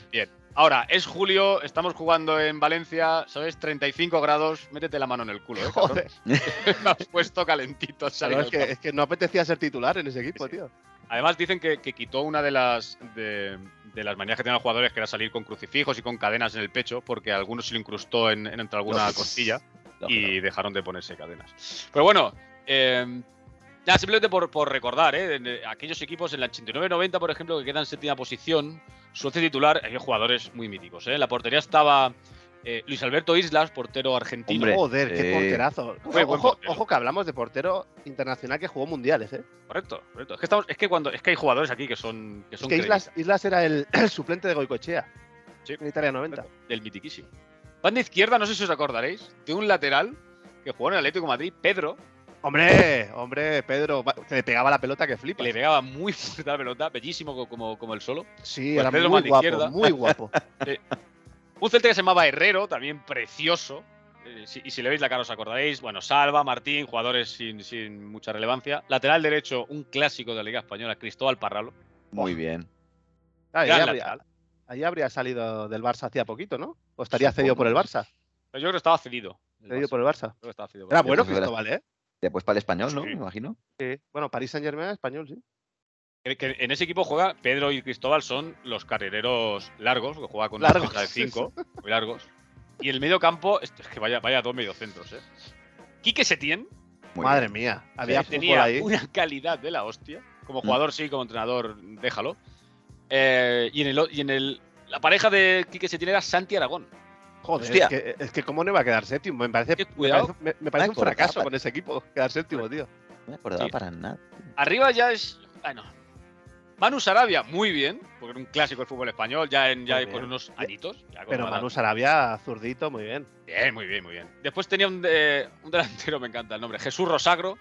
A: Ahora, es julio, estamos jugando en Valencia, ¿sabes? 35 grados, métete la mano en el culo, ¿eh, cabrón?
B: Joder,
A: Me has puesto calentito.
B: la
A: salir
B: verdad es
A: al
B: que, es que no apetecía ser titular en ese equipo,
A: Sí, sí.
B: tío.
A: Además, dicen que, que quitó una de las de, de las manías que tenían los jugadores, que era salir con crucifijos y con cadenas en el pecho, porque a algunos se lo incrustó en, en entre alguna costilla y dejaron de ponerse cadenas. Pero bueno, eh, nada, simplemente por, por recordar, ¿eh? En, eh, aquellos equipos en la 89-90, por ejemplo, que quedan en séptima posición, su once titular, hay jugadores muy míticos. ¿eh? En la portería estaba eh, Luis Alberto Islas, portero argentino.
C: Hombre.
B: Joder, qué
C: Sí.
B: porterazo.
A: eh, Fue buen
B: Ojo,
A: portero.
B: ojo que hablamos de portero internacional que jugó mundiales, ¿eh?
A: Correcto, correcto. Es que, estamos, es que cuando es que hay jugadores aquí que son que son
B: que
A: creyentes.
B: Islas, Islas era el, el suplente de Goicochea
A: Sí.
B: en Italia 90.
A: del mitiquísimo. Banda izquierda, no sé si os acordaréis, de un lateral que jugó en el Atlético de Madrid, Pedro,
B: Hombre, hombre, Pedro, va- que le pegaba la pelota que
A: que
B: flipa.
A: le pegaba muy fuerte a la pelota, bellísimo co- como, como el solo.
B: Sí,
A: Pues
B: era
A: Pedro
B: muy
A: mano
B: guapo,
A: izquierda.
B: muy guapo.
A: Un celta que se llamaba Herrero, también precioso. eh, si- y si le veis la cara os acordaréis. Bueno, Salva, Martín, jugadores sin, sin mucha relevancia. Lateral derecho, un clásico de la Liga Española, Cristóbal Parralo.
C: Muy bien.
B: Ahí
A: Gran
B: habría,
A: lateral.
B: ahí habría salido del Barça hacía poquito, ¿no? O estaría cedido por el Barça.
A: Yo creo que estaba cedido. el
B: Cedido
A: Barça.
B: por el Barça.
A: Creo que estaba cedido por
B: Era
A: el Barça.
B: bueno
C: pues era-
B: Cristóbal, ¿eh?
C: Después para el español, ¿no?
A: Sí.
C: Me imagino.
B: Sí. Bueno, París Saint Germain español, sí.
A: Que- que en ese equipo juega Pedro y Cristóbal, son los carrereros largos, que juega con
B: Largos,
A: una de 5, muy este, largos. Y el medio campo, esto es que vaya, vaya dos mediocentros, ¿eh? Quique Setién,
C: Muy
B: Madre
C: bien.
B: mía, había
A: Sí,
B: fútbol
A: tenía
B: ahí. Mm.
A: una calidad de la hostia. Como jugador sí, como entrenador, déjalo. Eh, y en el o- y en el la pareja de Quique Setién era Santi Aragón.
B: Joder,
C: Hostia.
B: es que, es que cómo no iba a quedar séptimo. Me parece,
A: Qué
B: me
A: cuidado.
B: parece- me- me parece un
C: Paco,
B: fracaso
C: Rafa.
B: con ese equipo. Quedar séptimo, tío.
C: No me acordaba
A: Sí.
C: para nada.
A: Arriba ya es. Bueno. Manu Sarabia, muy bien, porque era un clásico del fútbol español, ya, en, ya
B: Muy
A: con
B: bien.
A: unos añitos. ya con
B: Pero
A: una edad.
B: Manu Sarabia, zurdito, muy bien.
A: Bien, muy bien, muy bien. Después tenía un, de- un delantero, me encanta el nombre, Jesús Rosagro. un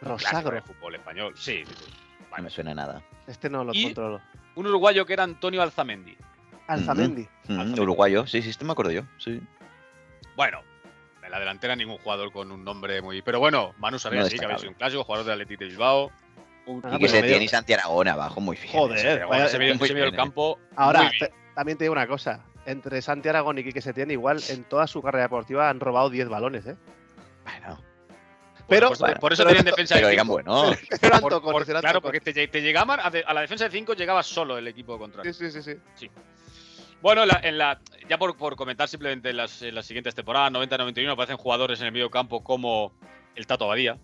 A: clásico
B: Rosagro.
A: de fútbol español, sí. sí, sí.
C: No me
A: Vale.
C: suena nada.
B: Este no lo
A: Y-
B: controlo.
A: Un uruguayo que era Antonio Alzamendi.
B: Alzamendi.
C: Mm,
A: Alzamendi.
C: uruguayo, sí, sí, esto me acuerdo yo.
A: Ah,
C: Sí.
A: Bueno, en la delantera ningún jugador con un nombre muy. Pero bueno, Manu Sarabia
C: No
A: sí, que había sido
C: destacable.
A: un clásico, jugador de Atleti de Bilbao. Un,
B: Ah,
A: un-
C: y que
B: pero
C: se
B: medio-
C: tiene y Santi Aragón abajo, muy bien.
B: Joder,
C: Santi Aragón,
B: vaya-
A: ese medio,
C: muy
A: ese medio
C: bien,
A: del
C: eh.
A: cambién. campo.
B: Ahora,
A: muy bien.
B: te- también te digo una cosa. Entre Santi Aragón y Quique Setién, igual en toda su carrera deportiva han robado 10 balones, ¿eh?
C: Bueno,
B: Pero,
A: por, por- por eso
B: pero-
A: tenían defensa
C: pero
A: de
C: digan,
A: cinco.
C: bueno,
B: pero han
A: Por-
B: tocado,
A: por-
B: se lo han
A: claro,
B: tocado.
A: porque te, lle- te llegaban a, de- a la defensa de 5 llegaba solo el equipo contrario.
B: Sí, sí, sí, sí.
A: Bueno, en la- en la- ya por, por comentar simplemente en las, en las siguientes temporadas, 90-91, aparecen jugadores en el medio campo como el Tato Badía.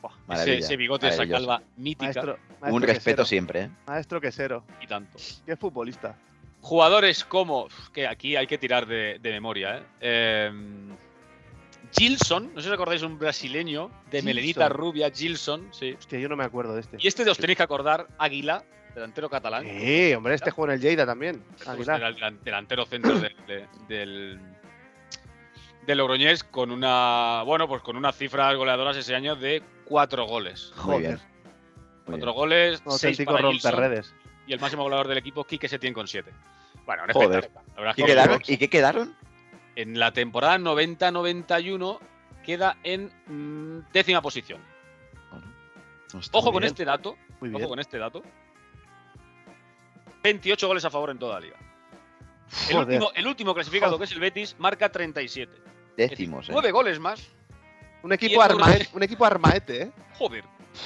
A: Buah, Ese,
C: Maravilla,
A: ese bigote, esa
C: maravilloso.
A: calva mítica
B: Maestro, maestro
C: un respeto
B: quesero,
C: siempre. ¿eh?
B: Maestro quesero.
A: y tanto.
B: Qué futbolista.
A: Jugadores como. uf, que aquí hay que tirar de, de memoria, ¿eh? Eh, Gilson, no sé si os acordáis, un brasileño de
B: Gilson.
A: melenita rubia, Gilson, sí.
B: Hostia, yo no me acuerdo de este.
A: Y este os tenéis que acordar, Águila, delantero catalán.
B: Sí, hombre, este juega en el Lleida también.
A: Pues
B: Aguilar.
A: Era el delan- delantero centro del, de- del, del Logroñés con una bueno pues con unas cifras goleadoras ese año de cuatro goles.
C: Muy bien.
B: Joder,
C: muy
A: Cuatro goles,
B: un
A: seis
B: auténtico
A: para Gilson,
B: romperredes.
A: y el máximo goleador del equipo Quique Setién con siete. Bueno, un
C: Joder.
A: espectáculo. La verdad es
C: bien. ¿Y
A: que
C: quedaron? ¿Y qué quedaron?
A: en la temporada 90-91 queda en mm, décima posición.
C: Hostia,
A: Ojo
C: muy
A: con
C: bien.
A: este dato,
B: Muy
A: ojo
B: bien.
A: con este dato. 28 goles a favor en toda la liga. El
B: Joder.
A: último, el último clasificado, que es el Betis, marca 37.
C: Décimos, ¿eh?
A: Nueve goles más.
B: Un
A: Y
B: equipo,
A: el
B: armaete,
A: Logroñés.
B: un equipo armaete, ¿eh?
A: Joder,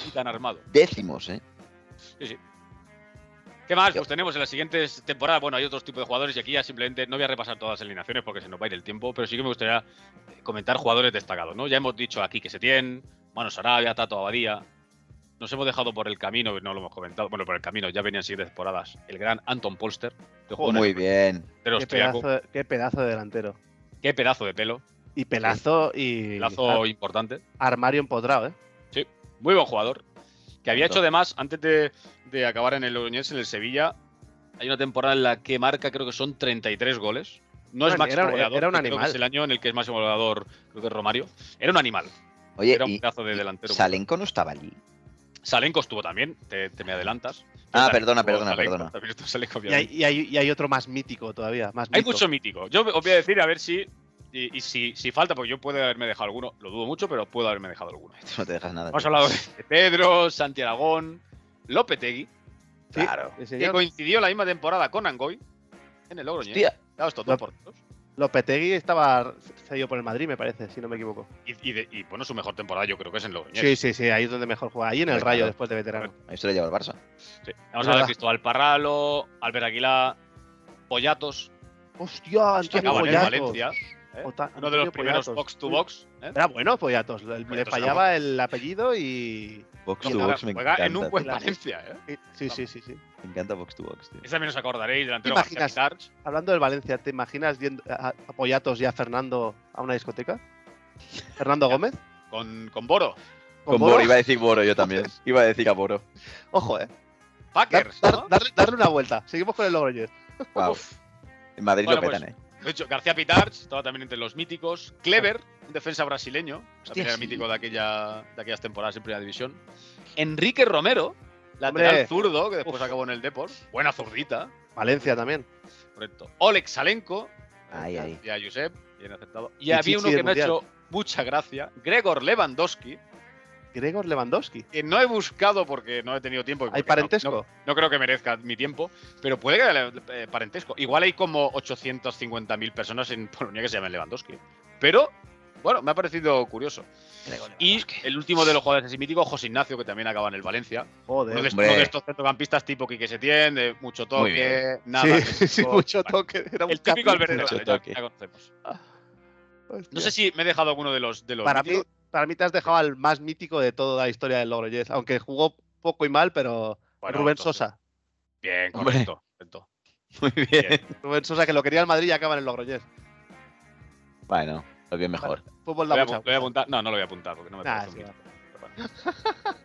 A: y tan armado.
C: Décimos, ¿eh?
A: ¿Qué más?
C: Yo-
A: Pues tenemos en las siguientes temporadas. Bueno, hay otros tipos de jugadores y aquí ya simplemente no voy a repasar todas las alineaciones porque se nos va a ir el tiempo, pero sí que me gustaría eh, comentar jugadores destacados, ¿no? Ya hemos dicho aquí que Setién, Mano Sarabia, Tato Abadía. Nos hemos dejado por el camino, no lo hemos comentado. Bueno, por el camino, ya venían siguientes temporadas. El gran Anton Polster, que jugó en el
C: Muy bien.
A: delantero
B: Qué
A: austriaco.
B: pedazo, de- qué pedazo de delantero.
A: Qué pedazo de pelo.
B: Y pelazo y
A: Lazo
B: ar-
A: importante.
B: armario empotrado, ¿eh?
A: Muy buen jugador. Que había
C: Punto.
A: hecho además, antes de, de acabar en el Logroñés, en el Sevilla, hay una temporada en la que marca, creo que son 33 goles. No es
B: Bueno,
A: máximo
B: era-
A: goleador.
B: era un
A: que creo que
B: animal.
A: es el año en el que es máximo goleador, creo que es Romario. Era un animal.
C: Oye,
A: era un
C: y
A: pedazo de delantero.
C: Salenco no estaba allí.
A: Salenco estuvo también, te, te me adelantas.
C: Ah,
A: Salenco
C: perdona,
A: estuvo,
C: perdona,
A: Salenco,
C: perdona.
A: también estuvo Salenco,
B: Y hay,
A: obviamente.
B: y hay- y hay otro más mítico todavía. Más
A: Hay
B: mito.
A: mucho mítico. Yo os voy a decir a ver si. Y, y si, si falta, porque yo puedo haberme dejado alguno, lo dudo mucho, pero puedo haberme dejado alguno.
C: Tú no te dejas nada.
A: Hemos
C: tío.
A: hablado de Pedro, Santi Aragón, Lopetegui,
B: Sí,
C: Claro.
B: sí,
A: que
B: señor.
A: coincidió la misma temporada con Angoy en el Logroñés.
C: Hostia,
A: Dados estos dos por dos.
B: Lopetegui estaba cedido por el Madrid, me parece, si no me equivoco.
A: Y, y de- y, bueno, su mejor temporada yo creo que es en Logroñés.
B: Sí, sí, sí, ahí es donde mejor juega. Ahí en
A: Pues
B: el
C: Claro.
B: Rayo, después de veterano.
C: ahí se lo lleva el Barça.
A: Sí. Vamos a hablar
B: Verdad.
A: de Cristóbal Parralo, Albert Aguilar, Pollatos,
B: ¡Hostia,
A: que
B: Antonio
A: acaban Pues en
B: Poyatos!
A: Valencia. ¿eh?
B: Ota-
A: Uno de los
B: Antonio
A: primeros
B: Poyatos.
A: box to box. ¿eh?
B: Era bueno Poyatos, le- le
A: Poyatos era
B: fallaba el apellido y...
C: Box
B: Y
C: to
A: Ahora
C: box me
A: Juega
C: encanta.
A: en un buen
C: tío.
A: Valencia. ¿eh?
B: Sí, sí, sí, sí.
C: Me encanta box to box, tío.
A: Ese también ¿eh? os acordaréis, delantero
B: ¿Te
A: García
B: imaginas?
A: Pitarch.
B: Hablando del Valencia, ¿te imaginas yendo a, a Poyatos y a Fernando a una discoteca? ¿Fernando Gómez?
A: con, con Boro.
C: Con Boro, iba a decir Boro yo también. Iba a decir a Boro.
B: Ojo, eh. Dar-
A: Packers.
B: dar-
A: ¿no?
B: darle, darle una vuelta. Seguimos con el Logroñés.
C: Wow.
A: Uf.
C: En Madrid
A: Bueno,
C: lo petan,
A: pues,
C: ¿eh?
A: De hecho, García Pitarch estaba también entre los míticos. Clever, un defensa brasileño, también era
C: sí.
A: mítico de, aquella, de aquellas temporadas en Primera División. Enrique Romero,
B: Hombre.
A: lateral zurdo, que después acabó en el Depor. Buena zurdita,
B: Valencia también.
A: correcto. Oleg Salenko,
C: Ahí, ahí.
A: y a Josep, bien aceptado. Y,
B: Y Chichi
A: había uno que
B: del
A: me ha
B: Mundial.
A: hecho mucha gracia, Gregor Lewandowski,
B: Gregor Lewandowski.
A: que no he buscado porque no he tenido tiempo. y
B: ¿Hay
A: porque no-
B: parentesco?
A: No, no creo que merezca mi tiempo, pero puede que haya eh, parentesco. Igual hay como 850.000 personas en Polonia que se llaman Lewandowski. Pero, bueno, me ha parecido curioso. Y el último de los jugadores así míticos, José Ignacio, que también acaba en el Valencia.
B: Joder.
A: Uno de,
C: hombre.
A: uno de estos centrocampistas tipo Quique Setién, de mucho
C: Muy
A: toque,
C: bien.
A: nada.
B: sí, sí,
A: Bueno,
B: mucho toque. Era un
A: El típico
B: capítulo.
A: Alberto
C: Mucho
A: Hernández, ya-
C: toque.
A: ya conocemos.
B: Hostia.
A: No sé si me he dejado alguno de los de los
B: Para mí,
A: míticos.
B: para mí te has dejado al más mítico de toda la historia del Logroñés, aunque jugó poco y mal, pero
A: Bueno,
B: Rubén
A: entonces-
B: Sosa.
A: Bien,
C: Hombre.
A: correcto. correcto.
C: Muy bien.
B: Rubén Sosa que lo quería el Madrid y acaba en el Logroñés.
C: Bueno, lo bien mejor.
B: Fútbol
A: Lo
B: da
A: voy, a, apu-
B: mucha
A: lo voy a
B: vuelta.
A: apuntar. No, no lo voy a apuntar porque no me
B: Nah,
A: parece un
B: sí,
A: mítico, pero bueno.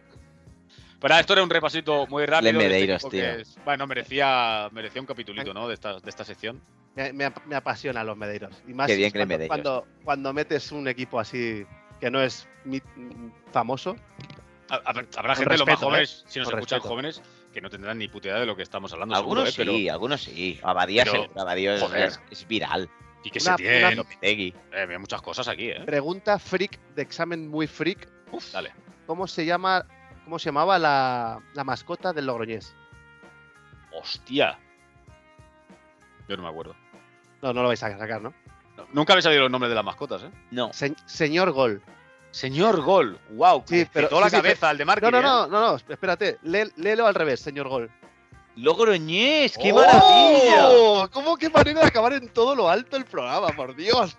A: Pero nada, esto era un repasito muy rápido.
C: Len
A: de este
C: Medeiros,
A: equipo
C: tío.
A: que es- bueno, merecía, merecía un capitulito, ¿no? De esta, de esta sección.
B: Me, me ap- me apasionan los Medeiros. Y más
C: Qué bien que le
B: cuando,
C: Medeiros.
B: Cuando, cuando metes un equipo así que no es mi- famoso,
A: A- a- habrá
B: Con
A: gente lo más
B: respeto, ¿eh?
A: jóvenes, si nos
B: Con
A: escuchan
B: respeto.
A: jóvenes, que no tendrán ni puta idea de lo que estamos hablando.
C: Algunos
A: seguro, ¿eh?
C: sí, algunos sí. Abadía,
A: pero-
C: seguro, Abadía es,
A: joder.
C: es- es viral.
A: Pero- y que
B: Una-
A: se tiene.
B: una-
C: Lopetegui.
A: eh, Hay muchas cosas aquí, ¿eh?
B: pregunta freak de examen muy freak.
A: Dale.
B: ¿Cómo se llama? ¿Cómo se llamaba la, la mascota del Logroñés?
A: Hostia. Yo no me acuerdo.
B: No, no lo vais a sacar, ¿no?
A: No, nunca habéis sabido los nombres de las mascotas, ¿eh?
C: No.
B: Se- señor Gol.
A: Señor Gol. Wow,
B: Sí, pero-
A: toda
B: sí,
A: la
B: sí,
A: cabeza al de Marquín.
B: No, no,
A: ¿eh?
B: no, no, no, espérate. Lé- léelo al revés, señor Gol.
C: Logroñés, qué
A: ¡Oh!
C: maravilla.
B: ¡Oh! ¿Cómo qué manera de acabar en todo lo alto el programa, por Dios?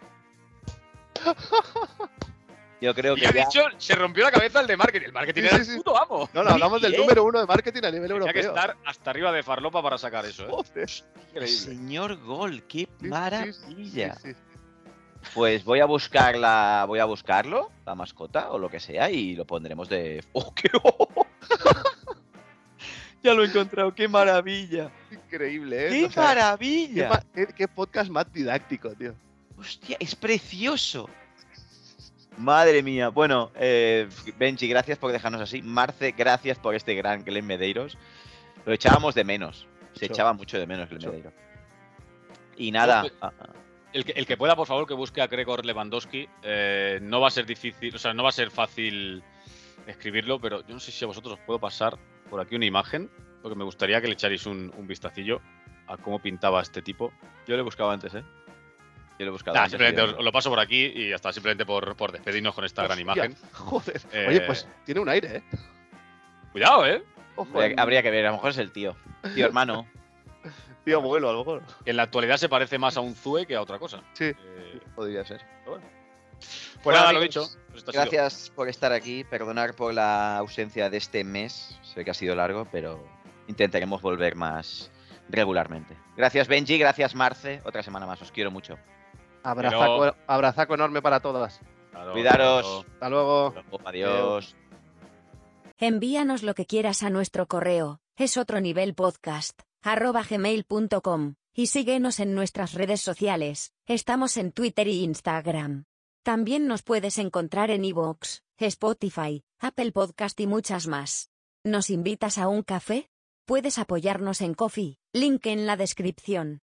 C: Yo creo
A: Y
C: que
A: ha
C: ya-
A: dicho, se rompió la cabeza el de marketing. El marketing
B: Sí,
A: era
B: sí,
A: el
B: sí.
A: puto amo.
B: No, no, hablamos del
C: Bien.
B: número uno de marketing a nivel
A: Tenía
B: europeo.
A: que estar hasta arriba de Farlopa para sacar eso, ¿eh?
B: Joder.
A: Increíble.
C: Señor Gol, qué
B: sí,
C: maravilla.
B: Sí, sí.
C: Pues voy a buscar la, voy a buscarlo, la mascota o lo que sea y lo pondremos de. ¡Oh, qué! ya lo he encontrado, qué maravilla.
B: Increíble, ¿eh?
C: ¡Qué
B: O sea, qué
C: maravilla!
B: pa- qué- qué podcast más didáctico, tío.
C: Hostia, es precioso. Madre mía. Bueno, eh, Benji, gracias por dejarnos así. Marce, gracias por este gran Glen Medeiros. Lo echábamos de menos. Se
B: Mucho.
C: echaba mucho de menos Glen
B: Mucho.
C: Medeiros. Y nada.
A: Ojo.
C: ah, ah,
A: El que, el que pueda, por favor, que busque a Gregor Lewandowski. Eh, no va a ser difícil, o sea, no va a ser fácil escribirlo, pero yo no sé si a vosotros os puedo pasar por aquí una imagen, porque me gustaría que le echarais un, un vistacillo a cómo pintaba este tipo.
C: Yo lo he buscado antes, ¿eh? Yo lo he buscado
A: Nada,
C: antes.
A: simplemente
C: tío.
A: os, os lo paso por aquí y hasta simplemente por, por despedirnos con esta gran
B: Hostia,
A: imagen.
B: Joder.
A: Eh,
B: Oye, pues tiene un aire, ¿eh?
A: Cuidado, ¿eh?
B: Ojo,
C: Habría,
B: el
C: habría que ver, a lo mejor es el tío. Tío hermano.
B: tío abuelo, a lo mejor.
A: Que en la actualidad se parece más a un Zue que a otra cosa.
B: Sí.
A: Eh,
C: Podría ser.
A: pues
C: Bueno,
A: nada, lo
C: amigos,
A: dicho. pues esto ha sido.
C: Gracias por estar aquí. Perdonar por la ausencia de este mes. Sé que ha sido largo, pero intentaremos volver más regularmente. Gracias, Benji. Gracias, Marce. Otra semana más. Os quiero mucho.
B: Abrazaco, abrazaco enorme para todas.
A: Claro,
C: Cuidaros.
B: Hasta luego.
C: Adiós.
E: Envíanos lo que quieras a nuestro correo, es otro nivel podcast, arroba gmail.com, y síguenos en nuestras redes sociales, estamos en Twitter y Instagram. También nos puedes encontrar en iVoox, Spotify, Apple Podcast y muchas más. ¿Nos invitas a un café? Puedes apoyarnos en Coffee, link en la descripción.